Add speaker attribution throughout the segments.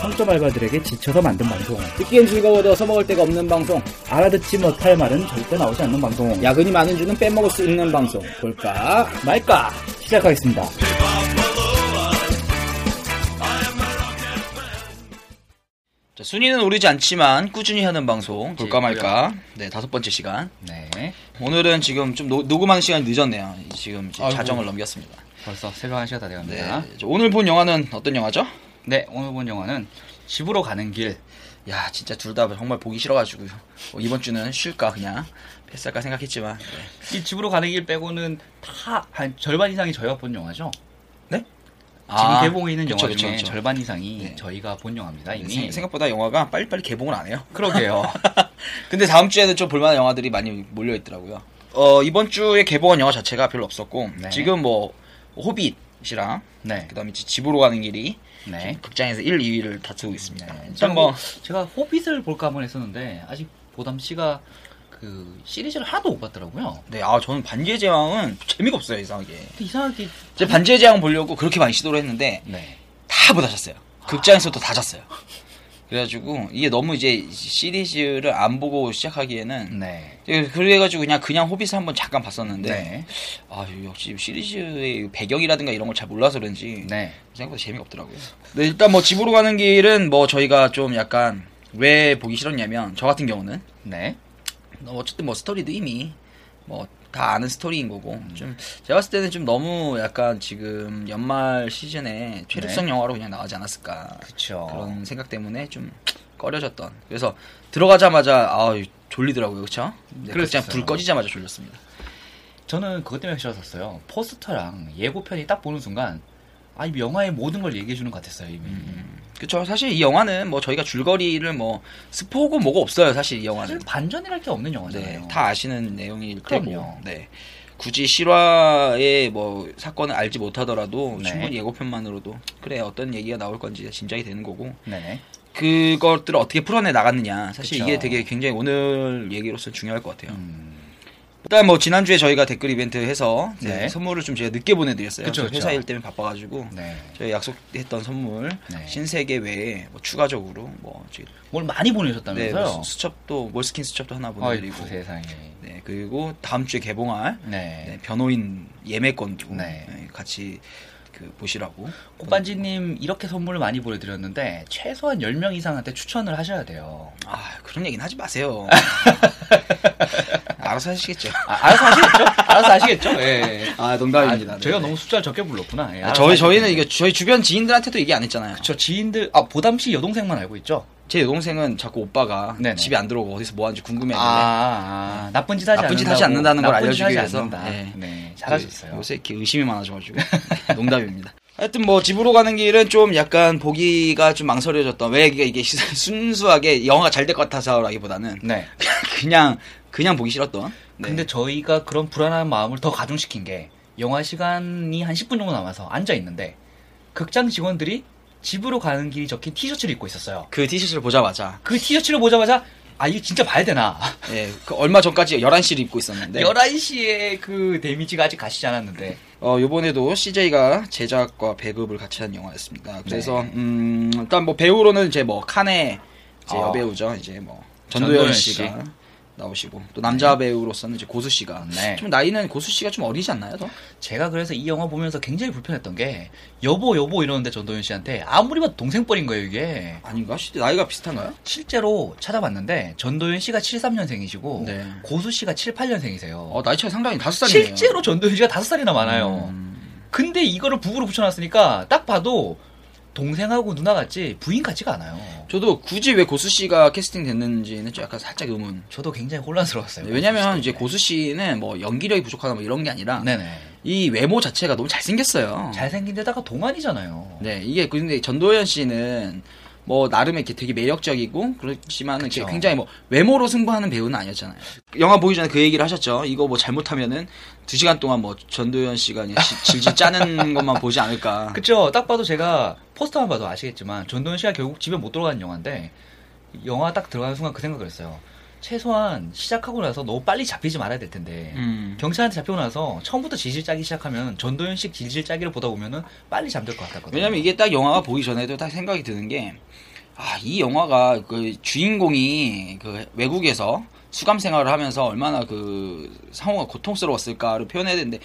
Speaker 1: 성적 알바들에게 지쳐서 만든 방송 듣기엔 즐거워도 써먹을 데가 없는 방송 알아듣지 못할 말은 절대 나오지 않는 방송 야근이 많은 주는 빼먹을 수 있는 방송 볼까 말까 시작하겠습니다
Speaker 2: 자, 순위는 오르지 않지만 꾸준히 하는 방송 볼까 말까. 네 다섯 번째 시간.
Speaker 3: 네.
Speaker 2: 오늘은 지금 좀 노, 녹음하는 시간이 늦었네요. 지금 이제
Speaker 3: 아이고.
Speaker 2: 자정을 넘겼습니다.
Speaker 3: 벌써 새벽 1시가 다
Speaker 2: 네.
Speaker 3: 돼갑니다. 네.
Speaker 2: 자, 오늘 본 영화는 어떤 영화죠?
Speaker 3: 오늘 본 영화는 집으로 가는 길.
Speaker 2: 야 진짜 둘 다 정말 보기 싫어가지고 뭐 이번 주는 쉴까 그냥 패스할까 생각했지만 네.
Speaker 3: 이 집으로 가는 길 빼고는 다 한 절반 이상이 저희가 본 영화죠.
Speaker 2: 아,
Speaker 3: 지금 개봉해 있는
Speaker 2: 그쵸,
Speaker 3: 영화 중에
Speaker 2: 그쵸, 그쵸.
Speaker 3: 절반 이상이
Speaker 2: 네.
Speaker 3: 저희가 본 영화입니다. 이미.
Speaker 2: 생- 생각보다 영화가 빨리빨리 개봉을 안 해요.
Speaker 3: 그러게요.
Speaker 2: 근데 다음 주에는 좀 볼만한 영화들이 많이 몰려 있더라고요. 어 이번 주에 개봉한 영화 자체가 별로 없었고
Speaker 3: 네.
Speaker 2: 지금 뭐 호빗이랑
Speaker 3: 네.
Speaker 2: 그다음에 이제 집으로 가는 길이
Speaker 3: 네.
Speaker 2: 극장에서 1, 2위를 다투고 있습니다.
Speaker 3: 네.
Speaker 2: 일단 뭐
Speaker 3: 제가 호빗을 볼까 한번 했었는데 아직 보담 씨가 그 시리즈를 하나도 못 봤더라고요.
Speaker 2: 네, 아 저는 반지의 제왕은 재미가 없어요 이상하게.
Speaker 3: 근데 이상하게
Speaker 2: 제 반지의 제왕 보려고 그렇게 많이 시도를 했는데
Speaker 3: 네.
Speaker 2: 다 못 하셨어요. 극장에서도 다 잤어요. 그래가지고 이게 너무 이제 시리즈를 안 보고 시작하기에는
Speaker 3: 네.
Speaker 2: 예, 그래가지고 그냥 그냥 호빗을 한번 잠깐 봤었는데
Speaker 3: 네.
Speaker 2: 아 역시 시리즈의 배경이라든가 이런 걸 잘 몰라서 그런지
Speaker 3: 네.
Speaker 2: 생각보다 재미가 없더라고요. 네, 일단 뭐 집으로 가는 길은 뭐 저희가 좀 약간 왜 보기 싫었냐면 저 같은 경우는
Speaker 3: 네.
Speaker 2: 어, 어쨌든 뭐 스토리도 이미 뭐 다 아는 스토리인 거고 좀 제가 봤을 때는 좀 너무 약간 지금 연말 시즌에 최루성 영화로 네. 그냥 나가지 않았을까
Speaker 3: 그쵸.
Speaker 2: 그런 생각 때문에 좀 꺼려졌던 그래서 들어가자마자 아 졸리더라고요 그쵸? 네,
Speaker 3: 그랬었어요.
Speaker 2: 그냥 불 꺼지자마자 졸렸습니다
Speaker 3: 저는 그것 때문에 싫었었어요. 포스터랑 예고편이 딱 보는 순간 아, 이 영화의 모든 걸 얘기해 주는 것 같았어요, 이미.
Speaker 2: 음, 그쵸 사실 이 영화는 뭐 저희가 줄거리를 뭐 스포고 뭐고 없어요 사실 이
Speaker 3: 사실
Speaker 2: 영화는
Speaker 3: 반전이랄 게 없는 영화잖아요.
Speaker 2: 네, 다 아시는 내용일 테고
Speaker 3: 그럼요.
Speaker 2: 네. 굳이 실화의 뭐 사건을 알지 못하더라도
Speaker 3: 네.
Speaker 2: 충분히 예고편만으로도 그래 어떤 얘기가 나올 건지 짐작이 되는 거고
Speaker 3: 네네.
Speaker 2: 그것들을 어떻게 풀어내 나갔느냐 사실
Speaker 3: 그쵸.
Speaker 2: 이게 되게 굉장히 오늘 얘기로서 중요할 것 같아요.
Speaker 3: 음,
Speaker 2: 일단 뭐 지난주에 저희가 댓글 이벤트 해서 이제
Speaker 3: 네.
Speaker 2: 선물을 좀 제가 늦게 보내드렸어요.
Speaker 3: 그쵸,
Speaker 2: 저
Speaker 3: 그쵸.
Speaker 2: 회사 일 때문에 바빠가지고
Speaker 3: 네.
Speaker 2: 저희 약속했던 선물
Speaker 3: 네.
Speaker 2: 신세계 외에 뭐 추가적으로 뭐 저희-
Speaker 3: 뭘 많이
Speaker 2: 네, 뭐
Speaker 3: 보내셨다면서요?
Speaker 2: 수- 수첩도 몰스킨 수첩도 하나 보내드리고
Speaker 3: 아이고 세상에.
Speaker 2: 네 그리고 다음 주에 개봉할
Speaker 3: 네.
Speaker 2: 네, 변호인 예매권도
Speaker 3: 네.
Speaker 2: 네, 같이 그 보시라고.
Speaker 3: 꽃반지님 이렇게 선물을 많이 보내드렸는데 최소한 10명 이상한테 추천을 하셔야 돼요.
Speaker 2: 아 그런 얘기는 하지 마세요. 알아서 하시겠죠.
Speaker 3: 아, 알아서 아시겠죠? 알아서 아시겠죠? 예. 예.
Speaker 2: 아
Speaker 3: 아, 저희가 너무 숫자를 적게 불렀구나. 예, 알아서
Speaker 2: 저희
Speaker 3: 아시겠죠?
Speaker 2: 저희는 이거 저희 주변 지인들한테도 얘기 안 했잖아요.
Speaker 3: 저 지인들 아 보담 씨 여동생만 알고 있죠?
Speaker 2: 제 여동생은 자꾸 오빠가
Speaker 3: 네네.
Speaker 2: 집에 안 들어오고 어디서 뭐 하는지 궁금해
Speaker 3: 아,
Speaker 2: 하는데
Speaker 3: 아, 아, 나쁜 짓 하지
Speaker 2: 나쁜 짓
Speaker 3: 않는다고,
Speaker 2: 하지 않는다는 걸
Speaker 3: 나쁜 짓
Speaker 2: 알려주기
Speaker 3: 하지
Speaker 2: 위해서.
Speaker 3: 않는다.
Speaker 2: 예.
Speaker 3: 네, 잘하셨어요.
Speaker 2: 요새 이렇게 의심이 많아져가지고 농담입니다. 하여튼 뭐 집으로 가는 길은 좀 약간 보기가 좀 망설여졌던 왜 이게 이게 순수하게 영화가 잘 될 것 같아서라기보다는
Speaker 3: 네.
Speaker 2: 그냥 그냥 보기 싫었던. 네.
Speaker 3: 근데 저희가 그런 불안한 마음을 더 가중시킨 게 영화 시간이 한 10분 정도 남아서 앉아 있는데 극장 직원들이 집으로 가는 길이 적힌 티셔츠를 입고 있었어요.
Speaker 2: 그 티셔츠를 보자마자
Speaker 3: 그 티셔츠를 보자마자 아 이거 진짜 봐야 되나?
Speaker 2: 예, 그 얼마 전까지 11시를 입고 있었는데
Speaker 3: 11시에 그 데미지가 아직 가시지 않았는데
Speaker 2: 어, 요번에도 CJ가 제작과 배급을 같이 한 영화였습니다. 그래서
Speaker 3: 네.
Speaker 2: 음, 일단 뭐 배우로는 이제 뭐 칸의 이제
Speaker 3: 아.
Speaker 2: 여배우죠. 이제 뭐
Speaker 3: 전도연
Speaker 2: 전도연
Speaker 3: 씨.
Speaker 2: 씨가 나오시고 또 남자 배우로서는 이제 고수 씨가
Speaker 3: 네.
Speaker 2: 좀 나이는 고수 씨가 좀 어리지 않나요? 더?
Speaker 3: 제가 그래서 이 영화 보면서 굉장히 불편했던 게 여보 여보 이러는데 전도연 씨한테 아무리 봐도 동생뻘인 거예요 이게
Speaker 2: 아닌가? 씨, 나이가 비슷한가요?
Speaker 3: 실제로 찾아봤는데 전도연 씨가 73년생이시고
Speaker 2: 네.
Speaker 3: 고수 씨가 78년생이세요
Speaker 2: 어, 나이 차이 상당히 다섯 살이네요. 음.
Speaker 3: 실제로 전도현 씨가 다섯 살이나 많아요. 근데 이거를 부부로 붙여놨으니까 딱 봐도 동생하고 누나 같지 부인 같지가 않아요.
Speaker 2: 저도 굳이 왜 고수 씨가 캐스팅 됐는지는 좀 약간 살짝 의문. 네,
Speaker 3: 저도 굉장히 혼란스러웠어요.
Speaker 2: 왜냐면 이제 고수 씨는 뭐 연기력이 부족하거나 뭐 이런 게 아니라
Speaker 3: 네네
Speaker 2: 이 외모 자체가 너무 잘생겼어요.
Speaker 3: 잘생긴 데다가 동안이잖아요.
Speaker 2: 네, 이게 근데 전도연 씨는 뭐 나름 이렇게 되게 매력적이고 그렇지만 은
Speaker 3: 그쵸.
Speaker 2: 굉장히 뭐 외모로 승부하는 배우는 아니었잖아요. 영화 보기 전에 그 얘기를 하셨죠. 이거 뭐 잘못하면은 두 시간 동안 뭐 전도연 씨가 그냥 지- 질질 짜는 것만 보지 않을까.
Speaker 3: 그쵸? 딱 봐도 제가 포스터만 봐도 아시겠지만 전도현 씨가 결국 집에 못 돌아가는 영화인데 영화 딱 들어가는 순간 그 생각을 했어요. 최소한 시작하고 나서 너무 빨리 잡히지 말아야 될 텐데
Speaker 2: 음.
Speaker 3: 경찰한테 잡히고 나서 처음부터 질질 짜기 시작하면 전도연식 질질 짜기를 보다 보면은 빨리 잠들 것 같았거든요.
Speaker 2: 음. 왜냐면 이게 딱 영화가 보기 전에도 딱 생각이 드는 게, 아, 이 영화가 그 주인공이 그 외국에서 수감 생활을 하면서 얼마나 그 상황이 고통스러웠을까를 표현해야 되는데,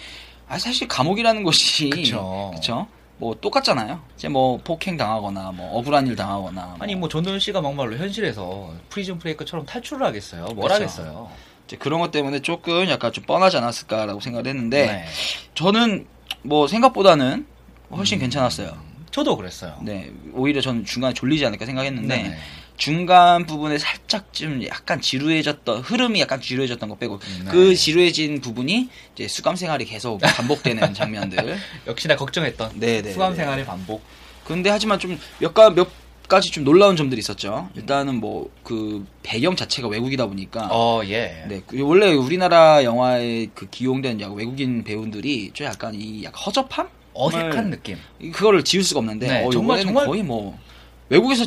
Speaker 2: 아, 사실 감옥이라는 것이.
Speaker 3: 그쵸.
Speaker 2: 그쵸? 뭐 똑같잖아요. 이제 뭐 폭행 당하거나 뭐 억울한 일 당하거나. 뭐
Speaker 3: 아니 뭐 전도연 씨가 막말로 현실에서 프리즌 브레이크처럼 탈출을 하겠어요. 뭘
Speaker 2: 그쵸.
Speaker 3: 하겠어요.
Speaker 2: 이제 그런 것 때문에 조금 약간 좀 뻔하지 않았을까라고 생각을 했는데,
Speaker 3: 네.
Speaker 2: 저는 뭐 생각보다는 훨씬
Speaker 3: 음.
Speaker 2: 괜찮았어요.
Speaker 3: 저도 그랬어요.
Speaker 2: 네, 오히려 저는 중간에 졸리지 않을까 생각했는데,
Speaker 3: 음. 네네.
Speaker 2: 중간 부분에 살짝 좀 약간 지루해졌던 흐름이 약간 지루해졌던 거 빼고
Speaker 3: 네.
Speaker 2: 그 지루해진 부분이 이제 수감 생활이 계속 반복되는 장면들.
Speaker 3: 역시나 걱정했던
Speaker 2: 네네.
Speaker 3: 수감 생활의 반복.
Speaker 2: 근데 하지만 좀몇가몇 가지 좀 놀라운 점들이 있었죠. 일단은 뭐 그 배경 자체가 외국이다 보니까
Speaker 3: 어 예.
Speaker 2: 네, 그 원래 우리나라 영화에 그 기용된 약 외국인 배우들이 좀 약간 이 약간 허접함
Speaker 3: 어색한
Speaker 2: 정말-
Speaker 3: 느낌.
Speaker 2: 그거를 지울 수가 없는데
Speaker 3: 네,
Speaker 2: 어,
Speaker 3: 정말,
Speaker 2: 정말
Speaker 3: 정말-
Speaker 2: 정말 거의 뭐 외국에서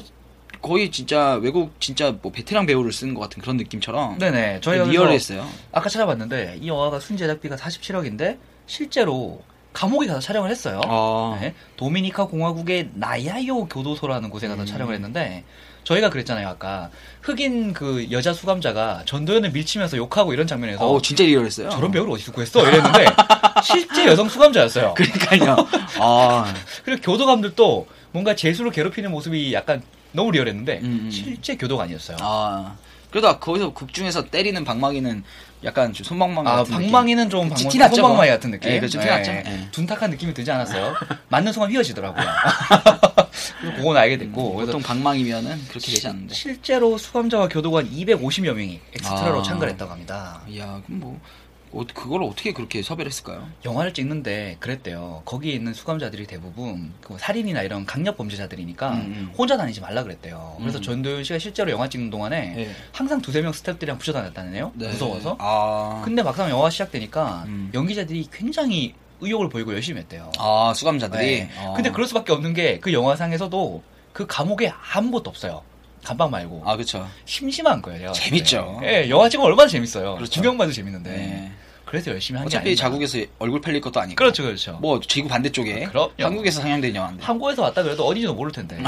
Speaker 2: 거의 진짜 외국 진짜 뭐 베테랑 배우를 쓰는 것 같은 그런 느낌처럼
Speaker 3: 네네. 저희가 그래서
Speaker 2: 리얼했어요.
Speaker 3: 아까 찾아봤는데 이 영화가 순제작비가 47억인데 실제로 감옥에 가서 촬영을 했어요.
Speaker 2: 아,
Speaker 3: 네. 도미니카 공화국의 나야요 교도소라는 곳에 가서
Speaker 2: 음.
Speaker 3: 촬영을 했는데 저희가 그랬잖아요 아까 흑인 그 여자 수감자가 전도연을 밀치면서 욕하고 이런 장면에서
Speaker 2: 어 진짜 리얼했어요.
Speaker 3: 저런 배우를 어디서 구했어 이랬는데 실제 여성 수감자였어요.
Speaker 2: 그러니까요. 아,
Speaker 3: 그리고 교도관들도 뭔가 재수를 괴롭히는 모습이 약간 너무 리얼했는데
Speaker 2: 음, 음.
Speaker 3: 실제 교도관이었어요. 아,
Speaker 2: 아. 그래도 거기서 극 중에서 때리는 방망이는 약간 좀 손방망이 같은
Speaker 3: 아, 방망이는 좀 방망이,
Speaker 2: 티 났죠,
Speaker 3: 방망이
Speaker 2: 그거?
Speaker 3: 같은 느낌.
Speaker 2: 예, 그렇죠. 티 났죠.
Speaker 3: 예.
Speaker 2: 예.
Speaker 3: 둔탁한 느낌이 들지 않았어요. 맞는 순간 휘어지더라고요. 그래서 그건 알게 됐고
Speaker 2: 느낌. 음,
Speaker 3: 그래서
Speaker 2: 보통 방망이면은 그렇게 되지 않는데.
Speaker 3: 실제로 수감자와 교도관 250여 명이 엑스트라로
Speaker 2: 아.
Speaker 3: 참가를 했다고 합니다.
Speaker 2: 이야, 그럼 뭐 어, 그걸 어떻게 그렇게 섭외를 했을까요?
Speaker 3: 영화를 찍는데 그랬대요. 거기에 있는 수감자들이 대부분 그 살인이나 이런 강력 범죄자들이니까
Speaker 2: 음, 음.
Speaker 3: 혼자 다니지 말라 그랬대요. 그래서
Speaker 2: 음.
Speaker 3: 전도연 씨가 실제로 영화 찍는 동안에
Speaker 2: 예.
Speaker 3: 항상 두세 명 스태프들이랑 붙여 다녔다네요. 무서워서.
Speaker 2: 아,
Speaker 3: 근데 막상 영화 시작되니까
Speaker 2: 음.
Speaker 3: 연기자들이 굉장히 의욕을 보이고 열심히 했대요.
Speaker 2: 아 수감자들이.
Speaker 3: 네.
Speaker 2: 아.
Speaker 3: 근데 그럴 수밖에 없는 게 그 영화상에서도 그 감옥에 아무것도 없어요. 감방 말고.
Speaker 2: 아 그렇죠.
Speaker 3: 심심한 거예요. 제가 봤을 때.
Speaker 2: 재밌죠.
Speaker 3: 예, 영화 찍으면 얼마나 재밌어요.
Speaker 2: 그렇죠.
Speaker 3: 구경만도 재밌는데.
Speaker 2: 네.
Speaker 3: 그래서 열심히 한게
Speaker 2: 어차피 자국에서 얼굴 팔릴 것도 아니고.
Speaker 3: 그렇죠, 그렇죠.
Speaker 2: 뭐 지구 반대쪽에
Speaker 3: 아, 그럼요.
Speaker 2: 한국에서 상영된 영화인데
Speaker 3: 한국에서 왔다 그래도 어디지도 모를 텐데.
Speaker 2: 음,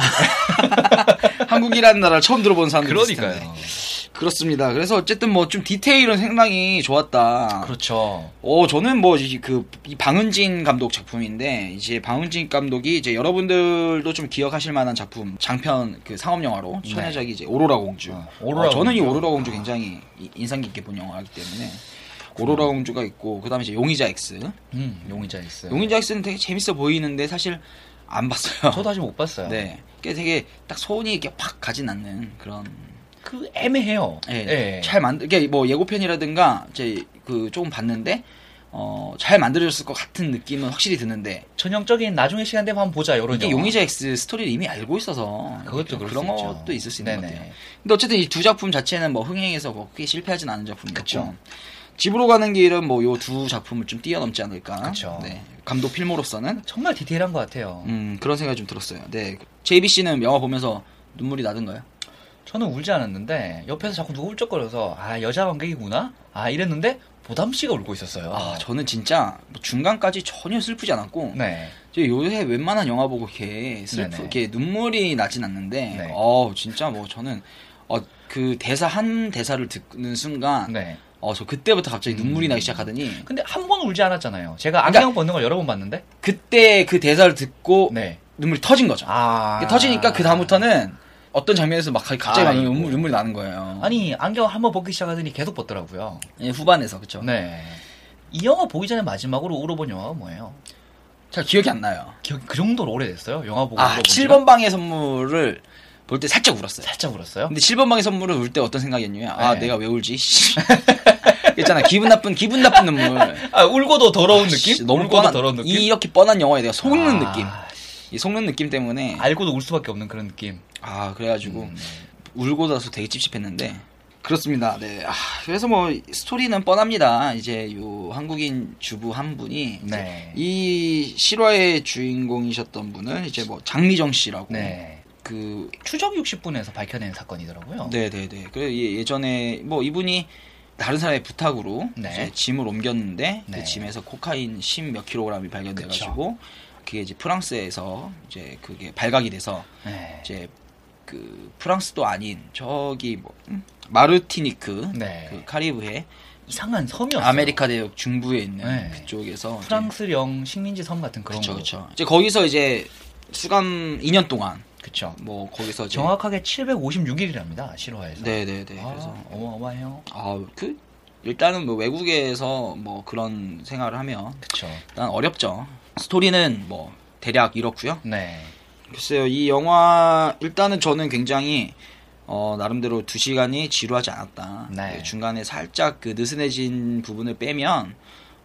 Speaker 2: 한국이라는 나라를 처음 들어본 사람들 있을 텐데.
Speaker 3: 그러니까요.
Speaker 2: 그렇습니다. 그래서 어쨌든 뭐 좀 디테일은 상당히 좋았다.
Speaker 3: 그렇죠.
Speaker 2: 어, 저는 뭐 그 방은진 감독 작품인데 이제 방은진 감독이 이제 여러분들도 좀 기억하실 만한 작품 장편 그 상업 영화로
Speaker 3: 네.
Speaker 2: 천혜작이 이제 오로라 공주.
Speaker 3: 아, 오로라
Speaker 2: 어, 저는 이
Speaker 3: 공주.
Speaker 2: 오로라 공주 굉장히 이- 인상 깊게 본 영화이기 때문에
Speaker 3: 아,
Speaker 2: 오로라 공주가 있고 그다음에 이제 용의자 X.
Speaker 3: 음, 용의자 있어요.
Speaker 2: 용의자 X는 되게 재밌어 보이는데 사실 안 봤어요.
Speaker 3: 저도 아직 못 봤어요.
Speaker 2: 네. 그게 되게 딱 소원이 이렇게 팍 가진 않는 그런.
Speaker 3: 그 애매해요.
Speaker 2: 예.
Speaker 3: 예.
Speaker 2: 잘 만들, 이게 뭐 예고편이라든가 이제 그 조금 봤는데 어 잘 만들어졌을 것 같은 느낌은 확실히 드는데
Speaker 3: 전형적인 나중에 시간 되면 한번 보자 이런
Speaker 2: 이게
Speaker 3: 영화.
Speaker 2: 용의자 X 스토리를 이미 알고 있어서
Speaker 3: 그것도 그럴
Speaker 2: 그런
Speaker 3: 수 있죠.
Speaker 2: 것도 있을 수 있는
Speaker 3: 네네.
Speaker 2: 것 같아요. 근데 어쨌든 이 두 작품 자체는 뭐 흥행에서 뭐 크게 실패하진 않은 작품이었고
Speaker 3: 그쵸.
Speaker 2: 집으로 가는 길은 뭐 요 두 작품을 좀 뛰어넘지 않을까.
Speaker 3: 그쵸.
Speaker 2: 네. 감독 필모로서는
Speaker 3: 정말 디테일한 것 같아요.
Speaker 2: 음, 그런 생각이 좀 들었어요. 네. JBC는 영화 보면서 눈물이 나던가요?
Speaker 3: 저는 울지 않았는데 옆에서 자꾸 누가 울적거려서 아 여자 관객이구나 아 이랬는데 보담 씨가 울고 있었어요.
Speaker 2: 아, 저는 진짜 뭐 중간까지 전혀 슬프지 않았고
Speaker 3: 네.
Speaker 2: 저 요새 웬만한 영화 보고 이렇게 슬프
Speaker 3: 네네.
Speaker 2: 이렇게 눈물이 나진 않는데
Speaker 3: 네.
Speaker 2: 어 진짜 뭐 저는 어 그 대사 한 대사를 듣는 순간
Speaker 3: 네. 음.
Speaker 2: 어 저 그때부터 갑자기 눈물이 나기 시작하더니
Speaker 3: 근데 한 번 울지 않았잖아요. 제가
Speaker 2: 그러니까
Speaker 3: 안경 벗는 걸 여러 번 봤는데.
Speaker 2: 그때 그 대사를 듣고
Speaker 3: 네.
Speaker 2: 눈물이 터진 거죠.
Speaker 3: 아.
Speaker 2: 이게 터지니까 그 다음부터는 어떤 장면에서 막 갑자기 막
Speaker 3: 아이고.
Speaker 2: 눈물, 눈물이 나는 거예요.
Speaker 3: 아니 안경 한 번 벗기 시작하더니 계속 벗더라고요.
Speaker 2: 예, 후반에서 그쵸?
Speaker 3: 네. 이 영화 보기 전에 마지막으로 울어본 영화가 뭐예요?
Speaker 2: 잘 기억이 안 나요.
Speaker 3: 기억 그 정도로 오래됐어요. 영화 보고
Speaker 2: 아
Speaker 3: 울어본 지가?
Speaker 2: 7번 방의 선물을 볼 때 살짝 울었어요.
Speaker 3: 살짝 울었어요.
Speaker 2: 근데 7번 방의 선물을 울 때 어떤 생각이었냐면 아
Speaker 3: 네.
Speaker 2: 내가 왜 울지? 씨. 있잖아 기분 나쁜 기분 나쁜 눈물.
Speaker 3: 아 울고도 더러운 느낌?
Speaker 2: 씨, 너무
Speaker 3: 울고도
Speaker 2: 뻔한
Speaker 3: 더러운 느낌.
Speaker 2: 이렇게 뻔한 영화에 내가 속는
Speaker 3: 아,
Speaker 2: 느낌. 이 속는 느낌 때문에
Speaker 3: 알고도 울 수밖에 없는 그런 느낌.
Speaker 2: 아 그래가지고 울고 나서 되게 찝찝했는데 그렇습니다. 네. 아, 그래서 뭐 스토리는 뻔합니다. 이제 요 한국인 주부 한 분이 이제
Speaker 3: 네.
Speaker 2: 이 실화의 주인공이셨던 분은 이제 뭐 장미정 씨라고
Speaker 3: 네.
Speaker 2: 그
Speaker 3: 추적 60분에서 밝혀낸 사건이더라고요.
Speaker 2: 네네네. 그래 예- 예전에 뭐 이분이 다른 사람의 부탁으로
Speaker 3: 네.
Speaker 2: 이제 짐을 옮겼는데
Speaker 3: 네.
Speaker 2: 그 짐에서 코카인 10 몇 킬로그램이 발견돼가지고 그게 이제 프랑스에서 이제 그게 발각이 돼서
Speaker 3: 네.
Speaker 2: 이제 그 프랑스도 아닌 저기 뭐 음? 마르티니크
Speaker 3: 네.
Speaker 2: 그 카리브해
Speaker 3: 이상한 섬이었어요.
Speaker 2: 아메리카 대륙 중부에 있는
Speaker 3: 네.
Speaker 2: 그쪽에서 이제
Speaker 3: 프랑스령 식민지 섬 같은 그런
Speaker 2: 그쵸
Speaker 3: 거.
Speaker 2: 그쵸 이제 거기서 이제 수감 2년 동안
Speaker 3: 그쵸.
Speaker 2: 뭐 거기서 이제
Speaker 3: 정확하게 756일이랍니다. 실화에서.
Speaker 2: 네네네
Speaker 3: 아,
Speaker 2: 그래서
Speaker 3: 어마어마해요.
Speaker 2: 아 그 일단은 뭐 외국에서 뭐 그런 생활을 하면
Speaker 3: 그쵸.
Speaker 2: 일단 어렵죠. 스토리는 뭐 대략 이렇고요.
Speaker 3: 네.
Speaker 2: 글쎄요 이 영화 일단은 저는 굉장히 어, 나름대로 두 시간이 지루하지 않았다.
Speaker 3: 네.
Speaker 2: 그 중간에 살짝 그 느슨해진 부분을 빼면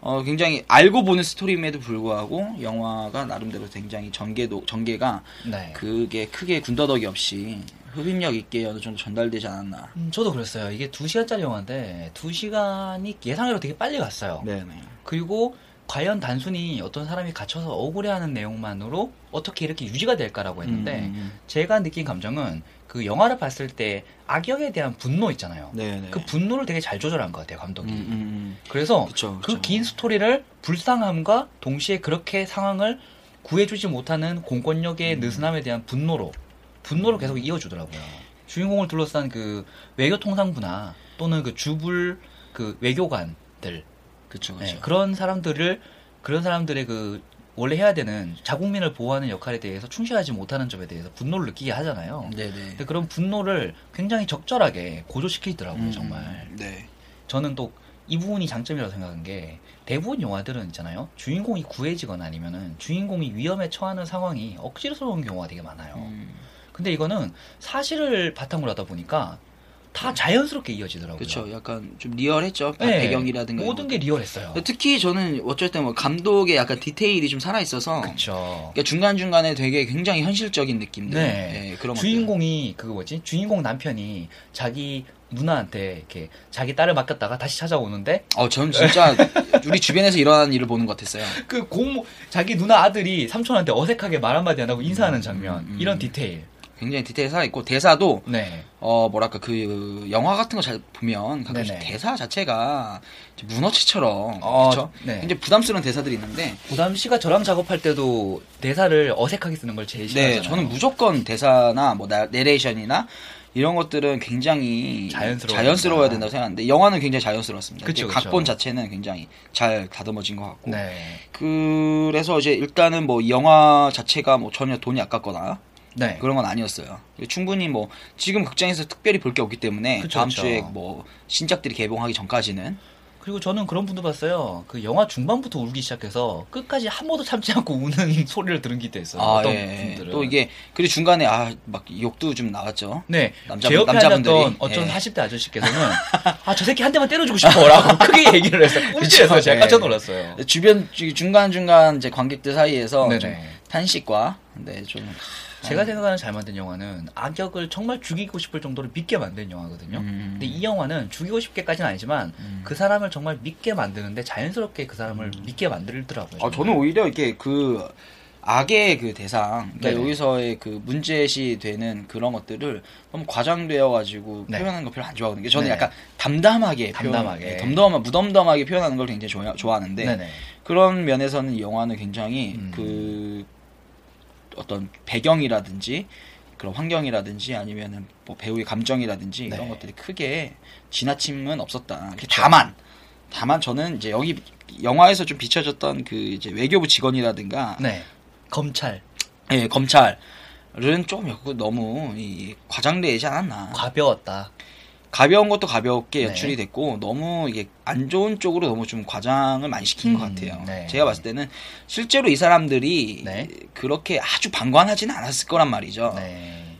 Speaker 2: 어, 굉장히 알고 보는 스토리임에도 불구하고 영화가 나름대로 굉장히 전개도 전개가
Speaker 3: 네.
Speaker 2: 그게 크게 군더더기 없이 흡입력 있게 어느 정도 전달되지 않았나.
Speaker 3: 음, 저도 그랬어요. 이게 2시간짜리 영화인데 2시간이 예상외로 되게 빨리 갔어요.
Speaker 2: 네네.
Speaker 3: 그리고 과연 단순히 어떤 사람이 갇혀서 억울해하는 내용만으로 어떻게 이렇게 유지가 될까라고
Speaker 2: 음,
Speaker 3: 했는데 제가 느낀 감정은 그 영화를 봤을 때 악역에 대한 분노 있잖아요.
Speaker 2: 네네.
Speaker 3: 그 분노를 되게 잘 조절한 것 같아요 감독이.
Speaker 2: 음, 음,
Speaker 3: 그래서
Speaker 2: 그쵸,
Speaker 3: 그
Speaker 2: 그쵸.
Speaker 3: 긴 스토리를 불쌍함과 동시에 그렇게 상황을 구해주지 못하는 공권력의
Speaker 2: 음.
Speaker 3: 느슨함에 대한 분노로 분노로 계속 이어주더라고요. 주인공을 둘러싼 그 외교 통상부나 또는 그 주불 그 외교관들
Speaker 2: 그쵸,
Speaker 3: 네,
Speaker 2: 그쵸.
Speaker 3: 그런 사람들을 그런 사람들의 그 원래 해야 되는 자국민을 보호하는 역할에 대해서 충실하지 못하는 점에 대해서 분노를 느끼게 하잖아요.
Speaker 2: 네네.
Speaker 3: 근데 그런 분노를 굉장히 적절하게 고조시키더라고요,
Speaker 2: 음,
Speaker 3: 정말.
Speaker 2: 네.
Speaker 3: 저는 또 이 부분이 장점이라고 생각한 게 대부분 영화들은 있잖아요. 주인공이 구해지거나 아니면은 주인공이 위험에 처하는 상황이 억지스러운 경우가 되게 많아요.
Speaker 2: 음.
Speaker 3: 근데 이거는 사실을 바탕으로 하다 보니까 다 자연스럽게 이어지더라고요.
Speaker 2: 그렇죠. 약간 좀 리얼했죠. 아,
Speaker 3: 네,
Speaker 2: 배경이라든가 이런
Speaker 3: 모든 게 리얼했어요.
Speaker 2: 것들. 특히 저는 어쨌든 뭐 감독의 약간 디테일이 좀 살아 있어서
Speaker 3: 그렇죠.
Speaker 2: 그러니까 중간 중간에 되게 굉장히 현실적인 느낌들.
Speaker 3: 네.
Speaker 2: 예, 그런 것들.
Speaker 3: 주인공이 그거 뭐지? 주인공 남편이 자기 누나한테 이렇게 자기 딸을 맡겼다가 다시 찾아오는데
Speaker 2: 어, 저는 진짜 우리 주변에서 일어나는 일을 보는 것 같았어요.
Speaker 3: 그 고모 자기 누나 아들이 삼촌한테 어색하게 말 한마디 안 하고 인사하는 장면
Speaker 2: 음, 음.
Speaker 3: 이런 디테일.
Speaker 2: 굉장히 디테일 살아 있고 대사도
Speaker 3: 네.
Speaker 2: 어 뭐랄까 그 영화 같은 거 잘 보면 가끔
Speaker 3: 네네.
Speaker 2: 대사 자체가 문어체처럼
Speaker 3: 어,
Speaker 2: 그렇죠.
Speaker 3: 네.
Speaker 2: 굉장히 부담스러운 대사들이 있는데
Speaker 3: 부담 씨가 저랑 작업할 때도 대사를 어색하게 쓰는 걸 제일
Speaker 2: 네,
Speaker 3: 싫어하잖아요.
Speaker 2: 저는 무조건 대사나 뭐 나- 내레이션이나 이런 것들은 굉장히
Speaker 3: 자연스러워야
Speaker 2: 자연스러워야
Speaker 3: 된다.
Speaker 2: 된다고 생각하는데 영화는 굉장히 자연스러웠습니다.
Speaker 3: 그쵸,
Speaker 2: 이게
Speaker 3: 그쵸.
Speaker 2: 각본 자체는 굉장히 잘 다듬어진 것 같고
Speaker 3: 네.
Speaker 2: 그래서 이제 일단은 뭐이 영화 자체가 뭐 전혀 돈이 아깝거나
Speaker 3: 네.
Speaker 2: 그런 건 아니었어요. 충분히 뭐 지금 극장에서 특별히 볼 게 없기 때문에
Speaker 3: 그쵸,
Speaker 2: 다음
Speaker 3: 그쵸.
Speaker 2: 주에 뭐 신작들이 개봉하기 전까지는
Speaker 3: 그리고 저는 그런 분도 봤어요. 그 영화 중반부터 울기 시작해서 끝까지 한 번도 참지 않고 우는 소리를 들은 기도 있어요. 어떤 분들은.
Speaker 2: 아, 예, 또 이게 그리고 중간에 아 막 욕도 좀 나왔죠.
Speaker 3: 네,
Speaker 2: 남자분-
Speaker 3: 제 옆에
Speaker 2: 남자분들이.
Speaker 3: 앉았던 어쩐
Speaker 2: 예.
Speaker 3: 40대 아저씨께서는 아 저 새끼 한 대만 때려주고 싶어라고 크게 얘기를 했어요. 꿈질에서 제가
Speaker 2: 네.
Speaker 3: 깜짝 놀랐어요.
Speaker 2: 주변 중간 중간 이제 관객들 사이에서
Speaker 3: 네네.
Speaker 2: 좀 탄식과 네 좀
Speaker 3: 제가 생각하는 잘 만든 영화는 악역을 정말 죽이고 싶을 정도로 믿게 만든 영화거든요.
Speaker 2: 음.
Speaker 3: 근데 이 영화는 죽이고 싶게까지는 아니지만 그 사람을 정말 믿게 만드는데 자연스럽게 그 사람을 믿게 만들더라고요.
Speaker 2: 음. 아, 저는 오히려 이렇게 그 악의 그 대상, 그러니까
Speaker 3: 네네.
Speaker 2: 여기서의 그 문제시 되는 그런 것들을 너무 과장되어가지고
Speaker 3: 네.
Speaker 2: 표현하는 거 별로 안 좋아하거든요. 저는
Speaker 3: 네네.
Speaker 2: 약간 담담하게,
Speaker 3: 담담하게.
Speaker 2: 표현, 네, 덤덤한 무덤덤하게 표현하는 걸 굉장히 좋아, 좋아하는데
Speaker 3: 네네.
Speaker 2: 그런 면에서는 이 영화는 굉장히
Speaker 3: 음.
Speaker 2: 그 어떤 배경이라든지 그런 환경이라든지 아니면은 뭐 배우의 감정이라든지
Speaker 3: 네.
Speaker 2: 이런 것들이 크게 지나침은 없었다. 이렇게 다만 다만 저는 이제 여기 영화에서 좀 비춰졌던 그 이제 외교부 직원이라든가
Speaker 3: 네. 검찰
Speaker 2: 예, 검찰은 조금 약간 너무 이 과장되지 않았나.
Speaker 3: 과벼웠다.
Speaker 2: 가벼운 것도 가볍게
Speaker 3: 네.
Speaker 2: 연출이 됐고 너무 이게 안 좋은 쪽으로 너무 좀 과장을 많이 시킨 것
Speaker 3: 음,
Speaker 2: 같아요.
Speaker 3: 네.
Speaker 2: 제가 봤을 때는 실제로 이 사람들이
Speaker 3: 네.
Speaker 2: 그렇게 아주 방관하지는 않았을 거란 말이죠.
Speaker 3: 네.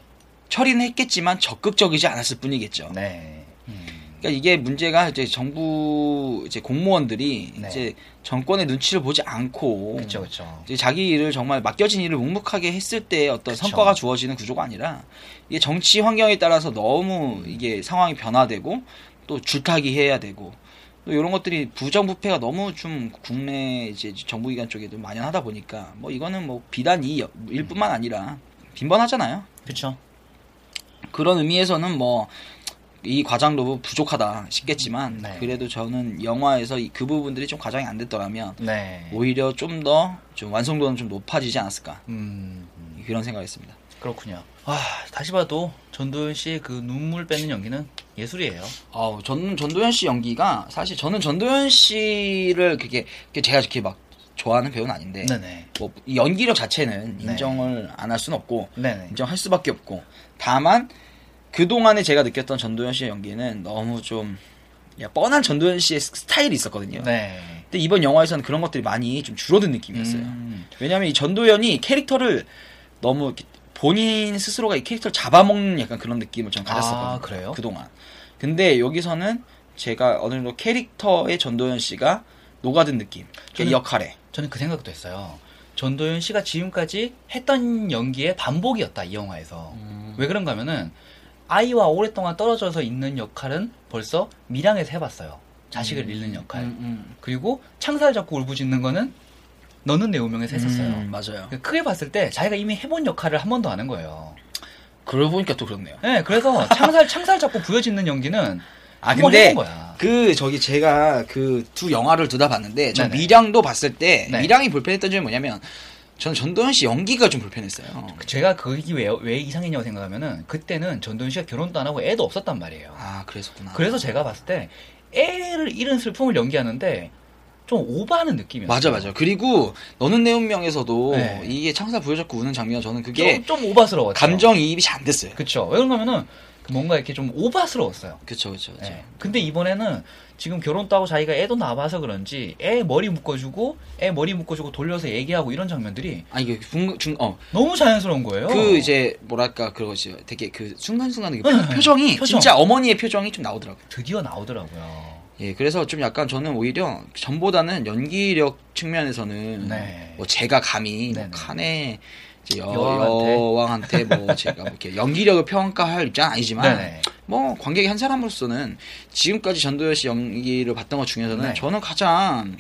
Speaker 2: 처리는 했겠지만 적극적이지 않았을 뿐이겠죠.
Speaker 3: 네. 음,
Speaker 2: 그러니까 이게 문제가 이제 정부 이제 공무원들이
Speaker 3: 네.
Speaker 2: 이제 정권의 눈치를 보지 않고
Speaker 3: 그렇죠, 그렇죠.
Speaker 2: 이제 자기 일을 정말 맡겨진 일을 묵묵하게 했을 때 어떤
Speaker 3: 그쵸.
Speaker 2: 성과가 주어지는 구조가 아니라 이게 정치 환경에 따라서 너무 이게 상황이 변화되고 또 줄타기 해야 되고 또 이런 것들이 부정부패가 너무 좀 국내 이제 정부기관 쪽에도 만연하다 보니까 뭐 이거는 뭐 비단 이 일뿐만 아니라 빈번하잖아요.
Speaker 3: 그렇죠.
Speaker 2: 그런 의미에서는 뭐 이 과장도 부족하다 싶겠지만
Speaker 3: 네.
Speaker 2: 그래도 저는 영화에서 이- 그 부분들이 좀 과장이 안 됐더라면
Speaker 3: 네.
Speaker 2: 오히려 좀 더 좀 완성도는 좀 높아지지 않았을까
Speaker 3: 음, 음,
Speaker 2: 그런 생각했습니다.
Speaker 3: 그렇군요. 아, 다시 봐도 전도연 씨의 그 눈물 빼는 연기는 예술이에요.
Speaker 2: 어, 저는 전도연 씨 연기가 사실 저는 전도연 씨를 그게 그게 제가 그렇게 막 좋아하는 배우는 아닌데
Speaker 3: 네네.
Speaker 2: 뭐이 연기력 자체는
Speaker 3: 네. 음,
Speaker 2: 인정을 안 할 수는 없고
Speaker 3: 네네.
Speaker 2: 인정할 수밖에 없고 다만 그 동안에 제가 느꼈던 전도연 씨의 연기는 너무 좀 야, 뻔한 전도연 씨의 스- 스타일이 있었거든요.
Speaker 3: 네.
Speaker 2: 근데 이번 영화에서는 그런 것들이 많이 좀 줄어든 느낌이었어요.
Speaker 3: 음,
Speaker 2: 왜냐하면 이 전도연이 캐릭터를 너무 이렇게 본인 스스로가 이 캐릭터를 잡아먹는 약간 그런 느낌을 좀 가졌었거든요.
Speaker 3: 아, 그래요?
Speaker 2: 그동안. 근데 여기서는 제가 어느 정도 캐릭터의 전도연 씨가 녹아든 느낌. 그
Speaker 3: 저는-
Speaker 2: 역할에.
Speaker 3: 저는 그 생각도 했어요. 전도연 씨가 지금까지 했던 연기의 반복이었다 이 영화에서.
Speaker 2: 음.
Speaker 3: 왜 그런가 하면은 아이와 오랫동안 떨어져서 있는 역할은 벌써 밀양에서 해봤어요. 자식을
Speaker 2: 음.
Speaker 3: 잃는 역할. 그리고 창살 잡고 울부짖는 거는 너는 내 운명에서 했었어요. 그러니까
Speaker 2: 음, 맞아요.
Speaker 3: 크게 봤을 때 자기가 이미 해본 역할을 한 번도 안 한 거예요.
Speaker 2: 그러고 보니까 또 그렇네요.
Speaker 3: 네, 그래서 창살 창살 잡고 부여짓는 연기는
Speaker 2: 아,
Speaker 3: 한번
Speaker 2: 근데
Speaker 3: 해본 거야.
Speaker 2: 그 저기 제가 그 두 영화를 둘 다 봤는데 저
Speaker 3: 네네.
Speaker 2: 미량도 봤을 때
Speaker 3: 네.
Speaker 2: 미량이 불편했던 점이 뭐냐면 저는 전도연 씨 연기가 좀 불편했어요.
Speaker 3: 제가 그게 왜, 왜 이상했냐고 생각하면은 그때는 전도연 씨가 결혼도 안 하고 애도 없었단 말이에요.
Speaker 2: 아, 그랬었구나.
Speaker 3: 그래서 제가 봤을 때 애를 잃은 슬픔을 연기하는데 좀 오버하는 느낌이었어요.
Speaker 2: 맞아 맞아 그리고 너는 내 운명에서도
Speaker 3: 네.
Speaker 2: 이게 창사 부여잡고 우는 장면 저는
Speaker 3: 좀,
Speaker 2: 뭐, 그게
Speaker 3: 좀 오버스러웠죠.
Speaker 2: 그렇죠. 감정이입이 잘 안 됐어요
Speaker 3: 그쵸. 왜 그런가 하면은 뭔가 이렇게 좀 오버스러웠어요.
Speaker 2: 그쵸 그쵸 그쵸
Speaker 3: 예. 근데 이번에는 지금 결혼도 하고 자기가 애도 낳아봐서 그런지 애 머리 묶어주고 애 머리 묶어주고 돌려서 얘기하고 이런 장면들이
Speaker 2: 아 이게 중어그
Speaker 3: 너무 자연스러운 거예요.
Speaker 2: 그 이제 뭐랄까 그거지 되게 그 순간순간 이게
Speaker 3: 네, 네.
Speaker 2: 표정이
Speaker 3: 표정.
Speaker 2: 진짜 어머니의 표정이 좀 나오더라고요
Speaker 3: 드디어 나오더라고요.
Speaker 2: 예 그래서 좀 약간 저는 오히려 전보다는 연기력 측면에서는
Speaker 3: 네.
Speaker 2: 뭐 제가 감히
Speaker 3: 네, 네.
Speaker 2: 뭐 칸에 이제 여,
Speaker 3: 여왕한테.
Speaker 2: 왕한테 뭐 제가 뭐 이렇게 연기력을 평가할 입장 아니지만
Speaker 3: 네네.
Speaker 2: 뭐 관객의 한 사람으로서는 지금까지 전도연 씨 연기를 봤던 것 중에서는
Speaker 3: 네.
Speaker 2: 저는 가장